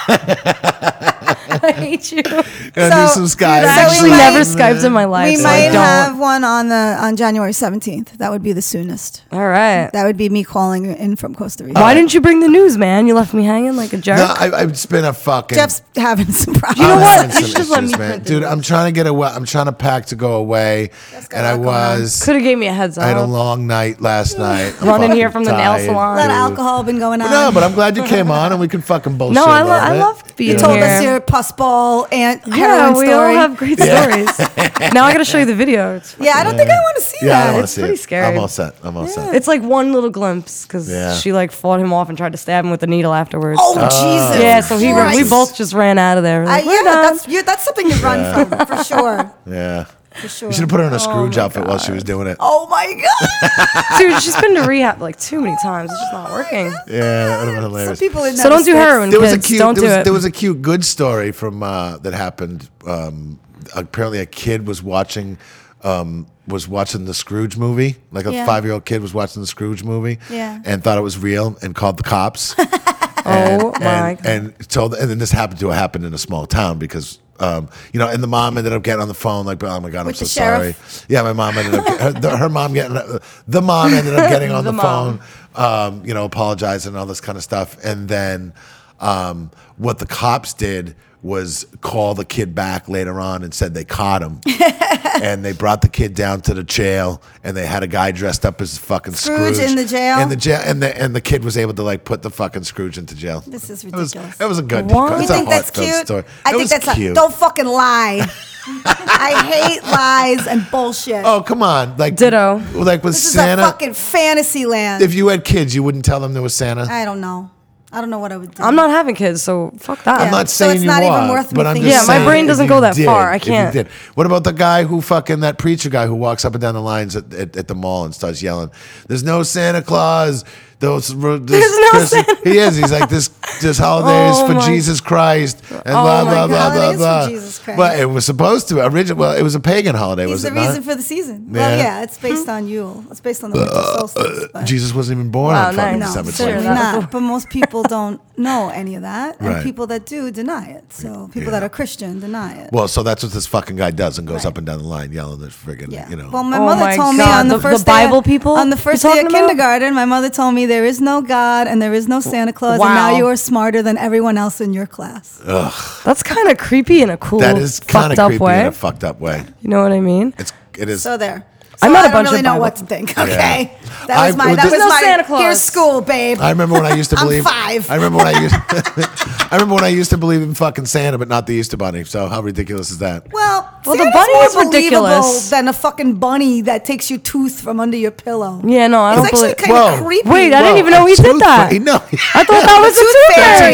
Speaker 3: I hate you. I
Speaker 1: Gonna do
Speaker 2: So-
Speaker 1: some Skype.
Speaker 2: So we
Speaker 3: actually
Speaker 2: might-
Speaker 3: never Skyped in my life.
Speaker 2: We
Speaker 3: so I
Speaker 2: might
Speaker 3: don't.
Speaker 2: have one on the on January seventeenth. That would be the soonest.
Speaker 3: All right.
Speaker 2: That would be me calling in from Costa Rica.
Speaker 1: Oh,
Speaker 3: Why didn't you bring the news, man? You left me hanging like a jerk.
Speaker 1: Uh, No, I, I've just been a fucking.
Speaker 2: Jeff's having some problems.
Speaker 3: You know
Speaker 1: I'm
Speaker 3: what?
Speaker 1: having
Speaker 3: You
Speaker 1: some
Speaker 3: should just let me
Speaker 1: man.
Speaker 3: print the
Speaker 1: Dude,
Speaker 3: news.
Speaker 1: I'm trying to get away. I'm trying to pack to go away,
Speaker 2: got
Speaker 1: and
Speaker 2: a
Speaker 1: I
Speaker 2: lot going on.
Speaker 1: was.
Speaker 3: Could have gave me a heads up.
Speaker 1: I had a long night last night. I'm
Speaker 3: Running here
Speaker 1: fucking
Speaker 3: from the nail
Speaker 1: tired,
Speaker 3: salon.
Speaker 2: a lot of
Speaker 1: dude.
Speaker 2: alcohol been going on.
Speaker 1: No, but I'm glad you came on, and we can fucking bullshit.
Speaker 3: No, I
Speaker 1: a
Speaker 3: lo-
Speaker 1: little
Speaker 3: I
Speaker 1: bit.
Speaker 3: love being
Speaker 2: you
Speaker 1: know?
Speaker 2: told
Speaker 3: here.
Speaker 2: us your pus ball and
Speaker 3: yeah,
Speaker 2: heroin
Speaker 3: we all
Speaker 2: story.
Speaker 3: have great stories. now I gotta show you the video. It's,
Speaker 2: yeah, I don't think I want to see
Speaker 1: Yeah, I
Speaker 2: that.
Speaker 1: don't want
Speaker 3: It's
Speaker 1: to see
Speaker 3: pretty
Speaker 1: it.
Speaker 3: scary.
Speaker 1: I'm all set. I'm all set.
Speaker 3: it's like one little glimpse because
Speaker 1: Yeah.
Speaker 3: she like fought him off and tried to stab him with the needle afterwards.
Speaker 2: oh
Speaker 3: So-
Speaker 2: Jesus!
Speaker 3: yeah, so he
Speaker 2: Christ.
Speaker 3: we both just ran out of there. We're
Speaker 2: I-
Speaker 3: like,
Speaker 2: yeah,
Speaker 3: "We're done."
Speaker 2: that's you, that's something to run from for sure.
Speaker 1: Yeah.
Speaker 2: For sure.
Speaker 1: You should have put her in
Speaker 3: Oh
Speaker 1: a Scrooge outfit while she was doing it.
Speaker 2: Oh my God!
Speaker 3: dude. She's been to rehab like too many times. It's just not working.
Speaker 2: Oh,
Speaker 1: Yeah, that would have been
Speaker 2: Some
Speaker 1: hilarious.
Speaker 2: people would
Speaker 3: So don't
Speaker 2: never
Speaker 3: do
Speaker 2: stick.
Speaker 3: heroin,
Speaker 1: There was a
Speaker 3: kids.
Speaker 1: cute.
Speaker 3: don't
Speaker 1: there,
Speaker 3: do
Speaker 1: was,
Speaker 3: it.
Speaker 1: there was a cute good story from uh, that happened. Um, apparently, a kid was watching. Um, was watching the Scrooge movie, like a
Speaker 2: Yeah.
Speaker 1: five year old kid was watching the Scrooge movie,
Speaker 2: Yeah.
Speaker 1: and thought it was real and called the cops. and,
Speaker 3: oh my
Speaker 1: and,
Speaker 3: god.
Speaker 1: and so and then this happened to happened in a small town because um, you know and the mom ended up getting on the phone like oh my god
Speaker 2: With
Speaker 1: I'm so
Speaker 2: the sheriff?
Speaker 1: sorry yeah my mom ended up her, the, her mom getting the mom ended up getting on the,
Speaker 3: The
Speaker 1: phone
Speaker 3: mom.
Speaker 1: um, you know apologizing and all this kind of stuff and then um, what the cops did was call the kid back later on and said they caught him and they brought the kid down to the jail and they had a guy dressed up as fucking
Speaker 2: Scrooge
Speaker 1: Scrooge,
Speaker 2: in the jail?
Speaker 1: in the jail and the and the kid was able to like put the fucking Scrooge into jail
Speaker 2: This is
Speaker 1: it was,
Speaker 2: ridiculous.
Speaker 1: it was a good.
Speaker 3: What?
Speaker 2: You
Speaker 1: It's
Speaker 2: think
Speaker 1: a
Speaker 2: that's
Speaker 1: heartfelt
Speaker 2: cute?
Speaker 1: Story.
Speaker 2: I
Speaker 1: It
Speaker 2: think
Speaker 1: was
Speaker 2: that's
Speaker 1: cute.
Speaker 2: A, don't fucking lie. I hate lies and bullshit.
Speaker 1: oh come on, like
Speaker 3: Ditto.
Speaker 1: Like with
Speaker 2: this
Speaker 1: Santa,
Speaker 2: is a fucking fantasy land.
Speaker 1: if you had kids, you wouldn't tell them there was Santa.
Speaker 2: I don't know. I don't know what I would do.
Speaker 3: I'm not having kids, so fuck that.
Speaker 1: I'm not
Speaker 2: So
Speaker 1: saying
Speaker 2: it's
Speaker 1: you
Speaker 2: not even
Speaker 1: are,
Speaker 2: worth me
Speaker 1: but I'm
Speaker 2: thinking
Speaker 1: just
Speaker 3: Yeah, my
Speaker 1: saying
Speaker 3: brain
Speaker 1: if
Speaker 3: doesn't
Speaker 1: you
Speaker 3: go that
Speaker 1: did,
Speaker 3: far. I
Speaker 1: if you
Speaker 3: can't.
Speaker 1: did. What about the guy who fucking that preacher guy who walks up and down the lines at, at, at the mall and starts yelling, "There's no Santa Claus." Those, this
Speaker 3: There's no
Speaker 1: Christmas-" He is. He's like this. This holiday is
Speaker 3: Oh
Speaker 1: for
Speaker 3: my-
Speaker 1: Jesus Christ and
Speaker 2: Oh
Speaker 1: blah
Speaker 3: my
Speaker 1: blah
Speaker 3: God.
Speaker 1: blah
Speaker 2: Holiday
Speaker 1: blah
Speaker 2: is for
Speaker 1: blah.
Speaker 2: Jesus Christ.
Speaker 1: But it was supposed to originally. Well, it was a pagan holiday,
Speaker 2: He's
Speaker 1: was
Speaker 2: the
Speaker 1: it
Speaker 2: reason
Speaker 1: not?
Speaker 2: for the season. Well,
Speaker 1: Yeah. Uh,
Speaker 2: yeah, it's based on Yule. It's based on the winter solstice. but-
Speaker 1: Jesus wasn't even born
Speaker 3: Wow,
Speaker 1: on fucking
Speaker 3: nice.
Speaker 2: no,
Speaker 1: December
Speaker 3: Sure,
Speaker 1: 25th.
Speaker 2: certainly
Speaker 3: that-
Speaker 2: not. But most people don't know any of that, and
Speaker 1: Right.
Speaker 2: people that do deny it. So people that
Speaker 1: Yeah.
Speaker 2: are Christian deny it.
Speaker 1: Well, so that's what this fucking guy does and goes
Speaker 2: Right.
Speaker 1: up and down the line yelling at friggin',
Speaker 2: Yeah.
Speaker 1: you know.
Speaker 2: Well, my
Speaker 3: Oh
Speaker 2: mother
Speaker 3: my
Speaker 2: told me
Speaker 3: God,
Speaker 2: on the,
Speaker 3: the- the
Speaker 2: first
Speaker 3: Bible
Speaker 2: day,
Speaker 3: people
Speaker 2: on the
Speaker 3: you're
Speaker 2: first day
Speaker 3: talking
Speaker 2: of
Speaker 3: about?
Speaker 2: kindergarten, my mother told me there is no God and there is no Santa Claus, and now
Speaker 3: Wow.
Speaker 2: you are smarter than everyone else in your class.
Speaker 3: That's kind of creepy in a cool,
Speaker 1: that is kind
Speaker 3: fucked
Speaker 1: of
Speaker 3: up
Speaker 1: creepy
Speaker 3: way.
Speaker 1: in a fucked up way.
Speaker 3: you know what I mean?
Speaker 1: It's it is.
Speaker 2: So there.
Speaker 3: I
Speaker 2: So
Speaker 3: met a
Speaker 2: I don't
Speaker 3: bunch of
Speaker 2: really know
Speaker 3: Bible-
Speaker 2: what to think. Okay, that
Speaker 1: I-
Speaker 2: was my that
Speaker 1: There's
Speaker 2: was
Speaker 3: no
Speaker 2: my
Speaker 3: Santa Claus.
Speaker 2: here's school, babe.
Speaker 1: I remember when I used to
Speaker 2: I'm
Speaker 1: believe.
Speaker 2: five.
Speaker 1: I remember when I used. I remember when I used to believe in fucking Santa, but not the Easter Bunny. So how ridiculous is that?
Speaker 2: well,
Speaker 3: Well, the
Speaker 2: Santa's
Speaker 3: bunny
Speaker 2: more
Speaker 3: is ridiculous.
Speaker 2: believable than a fucking bunny that takes your tooth from under your pillow.
Speaker 3: Yeah, no, I
Speaker 2: it's
Speaker 3: don't
Speaker 2: actually
Speaker 3: believe.
Speaker 2: kind
Speaker 1: Whoa.
Speaker 2: of creepy.
Speaker 3: Wait, I didn't even know
Speaker 1: a
Speaker 3: he did
Speaker 1: tooth
Speaker 3: that.
Speaker 1: fairy- No,
Speaker 3: I thought that was Oh, a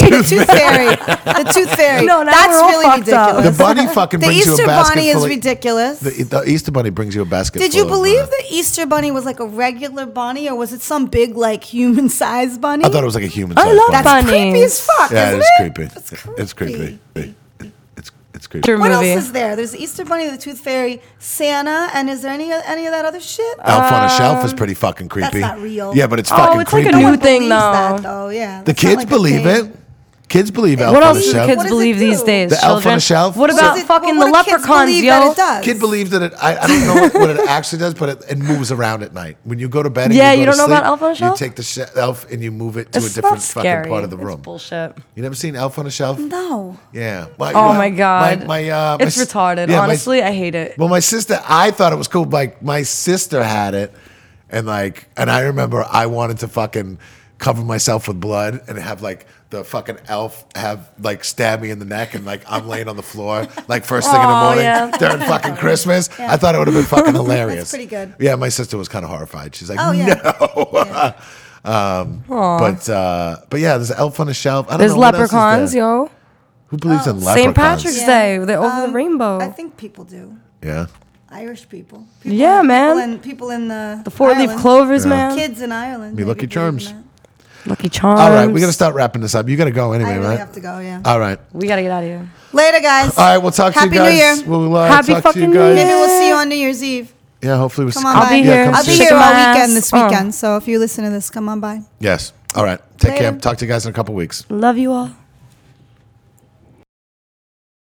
Speaker 2: tooth
Speaker 3: tooth
Speaker 2: fairy.
Speaker 3: fairy.
Speaker 2: The tooth fairy. The tooth fairy.
Speaker 3: No, now
Speaker 2: That's
Speaker 3: we're all
Speaker 2: really
Speaker 3: fucked up.
Speaker 2: ridiculous.
Speaker 1: the bunny fucking
Speaker 2: The
Speaker 1: brings you
Speaker 2: Easter
Speaker 1: a basket.
Speaker 2: bunny
Speaker 1: full
Speaker 2: is
Speaker 1: of-
Speaker 2: ridiculous.
Speaker 1: The, the Easter bunny brings you a basket.
Speaker 2: Did you
Speaker 1: full of, uh,
Speaker 2: believe the Easter bunny was like a regular bunny or was it some big like human sized bunny?
Speaker 1: I thought it was like a human.
Speaker 3: I love
Speaker 1: bunny.
Speaker 2: That's creepy
Speaker 3: Bunnies.
Speaker 2: as fuck,
Speaker 1: Yeah,
Speaker 2: isn't
Speaker 1: it's
Speaker 2: it?
Speaker 1: creepy.
Speaker 2: It's
Speaker 1: It's creepy. It's it's creepy.
Speaker 3: Picture
Speaker 2: What
Speaker 3: movie.
Speaker 2: else is there? There's the Easter bunny, the tooth fairy, Santa, and is there any any of that other shit?
Speaker 1: Elf on a Shelf
Speaker 3: Uh,
Speaker 1: is pretty fucking creepy.
Speaker 2: not real.
Speaker 1: Yeah, but it's
Speaker 3: Oh,
Speaker 1: fucking
Speaker 3: it's like
Speaker 1: creepy.
Speaker 3: a
Speaker 2: No
Speaker 3: new
Speaker 2: one
Speaker 3: thing,
Speaker 2: believes that,
Speaker 3: though.
Speaker 2: though. Yeah.
Speaker 1: The
Speaker 2: that's not
Speaker 1: kids
Speaker 2: like a
Speaker 1: believe
Speaker 2: thing.
Speaker 1: it. Kids believe Elf
Speaker 3: What
Speaker 1: on a
Speaker 3: else do
Speaker 1: Shelf.
Speaker 3: kids
Speaker 2: What does it
Speaker 3: believe these
Speaker 2: do?
Speaker 3: days?
Speaker 1: The elf on
Speaker 3: children?
Speaker 1: a shelf?
Speaker 3: What
Speaker 1: So
Speaker 3: about
Speaker 2: Does it-
Speaker 3: fucking
Speaker 2: well,
Speaker 3: the
Speaker 2: what do kids
Speaker 3: leprechauns,
Speaker 2: believe
Speaker 3: yo?
Speaker 2: That it does?
Speaker 1: Kid believes that it. I, I don't know what, what it actually does, but it, it moves around at night when you go to bed. And
Speaker 3: Yeah,
Speaker 1: go
Speaker 3: you
Speaker 1: to
Speaker 3: don't know
Speaker 1: sleep,
Speaker 3: about Elf on a Shelf?
Speaker 1: You take the she- elf and you move it to
Speaker 3: It's
Speaker 1: a different
Speaker 3: not scary.
Speaker 1: fucking part of the room.
Speaker 3: It's bullshit.
Speaker 1: you never seen Elf on a Shelf?
Speaker 2: No.
Speaker 1: Yeah. My,
Speaker 3: Oh my god.
Speaker 1: My, my, uh, my
Speaker 3: it's
Speaker 1: s-
Speaker 3: retarded.
Speaker 1: yeah, my-
Speaker 3: Honestly, I hate it.
Speaker 1: well, my sister, I thought it was cool. Like my sister had it, and like, and I remember I wanted to fucking cover myself with blood and have like the fucking elf have like stab me in the neck and like I'm laying on the floor like first thing in the
Speaker 3: Aw,
Speaker 1: morning
Speaker 3: yeah.
Speaker 1: during fucking Christmas. I thought it would have been fucking hilarious.
Speaker 2: pretty good.
Speaker 1: Yeah, my sister was kind of horrified. She's like,
Speaker 2: Oh, yeah.
Speaker 1: no. um, but uh, but yeah, there's elf on a shelf. I don't
Speaker 3: There's
Speaker 1: know what else is
Speaker 3: leprechauns,
Speaker 1: there.
Speaker 3: yo.
Speaker 1: Who believes in leprechauns?
Speaker 3: St. Patrick's Day. They're over the
Speaker 2: Um,
Speaker 3: rainbow.
Speaker 2: I think people do.
Speaker 1: Yeah.
Speaker 2: Irish people. people
Speaker 3: yeah, man.
Speaker 2: People in, people in the
Speaker 3: the four leaf
Speaker 2: Ireland.
Speaker 3: clovers, man.
Speaker 2: Kids in Ireland.
Speaker 1: Be
Speaker 2: maybe
Speaker 1: lucky
Speaker 2: believe in
Speaker 1: charms.
Speaker 2: that.
Speaker 3: Lucky charms.
Speaker 1: All right, we got to start wrapping this up. You got to go anyway,
Speaker 2: I really
Speaker 1: right?
Speaker 2: have to go. Yeah.
Speaker 1: All right.
Speaker 3: We gotta get out of here.
Speaker 2: Later, guys.
Speaker 1: All right, we'll talk
Speaker 2: Happy
Speaker 1: to you guys.
Speaker 2: New Year.
Speaker 1: We'll uh,
Speaker 3: Happy
Speaker 1: talk to you
Speaker 3: fucking
Speaker 1: guys.
Speaker 3: New
Speaker 2: Maybe
Speaker 3: Year.
Speaker 2: we'll see you on New Year's Eve.
Speaker 1: Yeah, hopefully we
Speaker 2: Come on
Speaker 3: I'll
Speaker 2: by.
Speaker 3: be here.
Speaker 1: come
Speaker 2: I'll be
Speaker 1: see
Speaker 3: us.
Speaker 2: here all
Speaker 3: Shake 'em
Speaker 2: weekend
Speaker 3: ass.
Speaker 2: this
Speaker 3: Oh.
Speaker 2: weekend. So if you listen to this, come on by.
Speaker 1: Yes. All right. Take care.
Speaker 2: Later.
Speaker 1: Talk to you guys in a couple weeks.
Speaker 3: Love you all.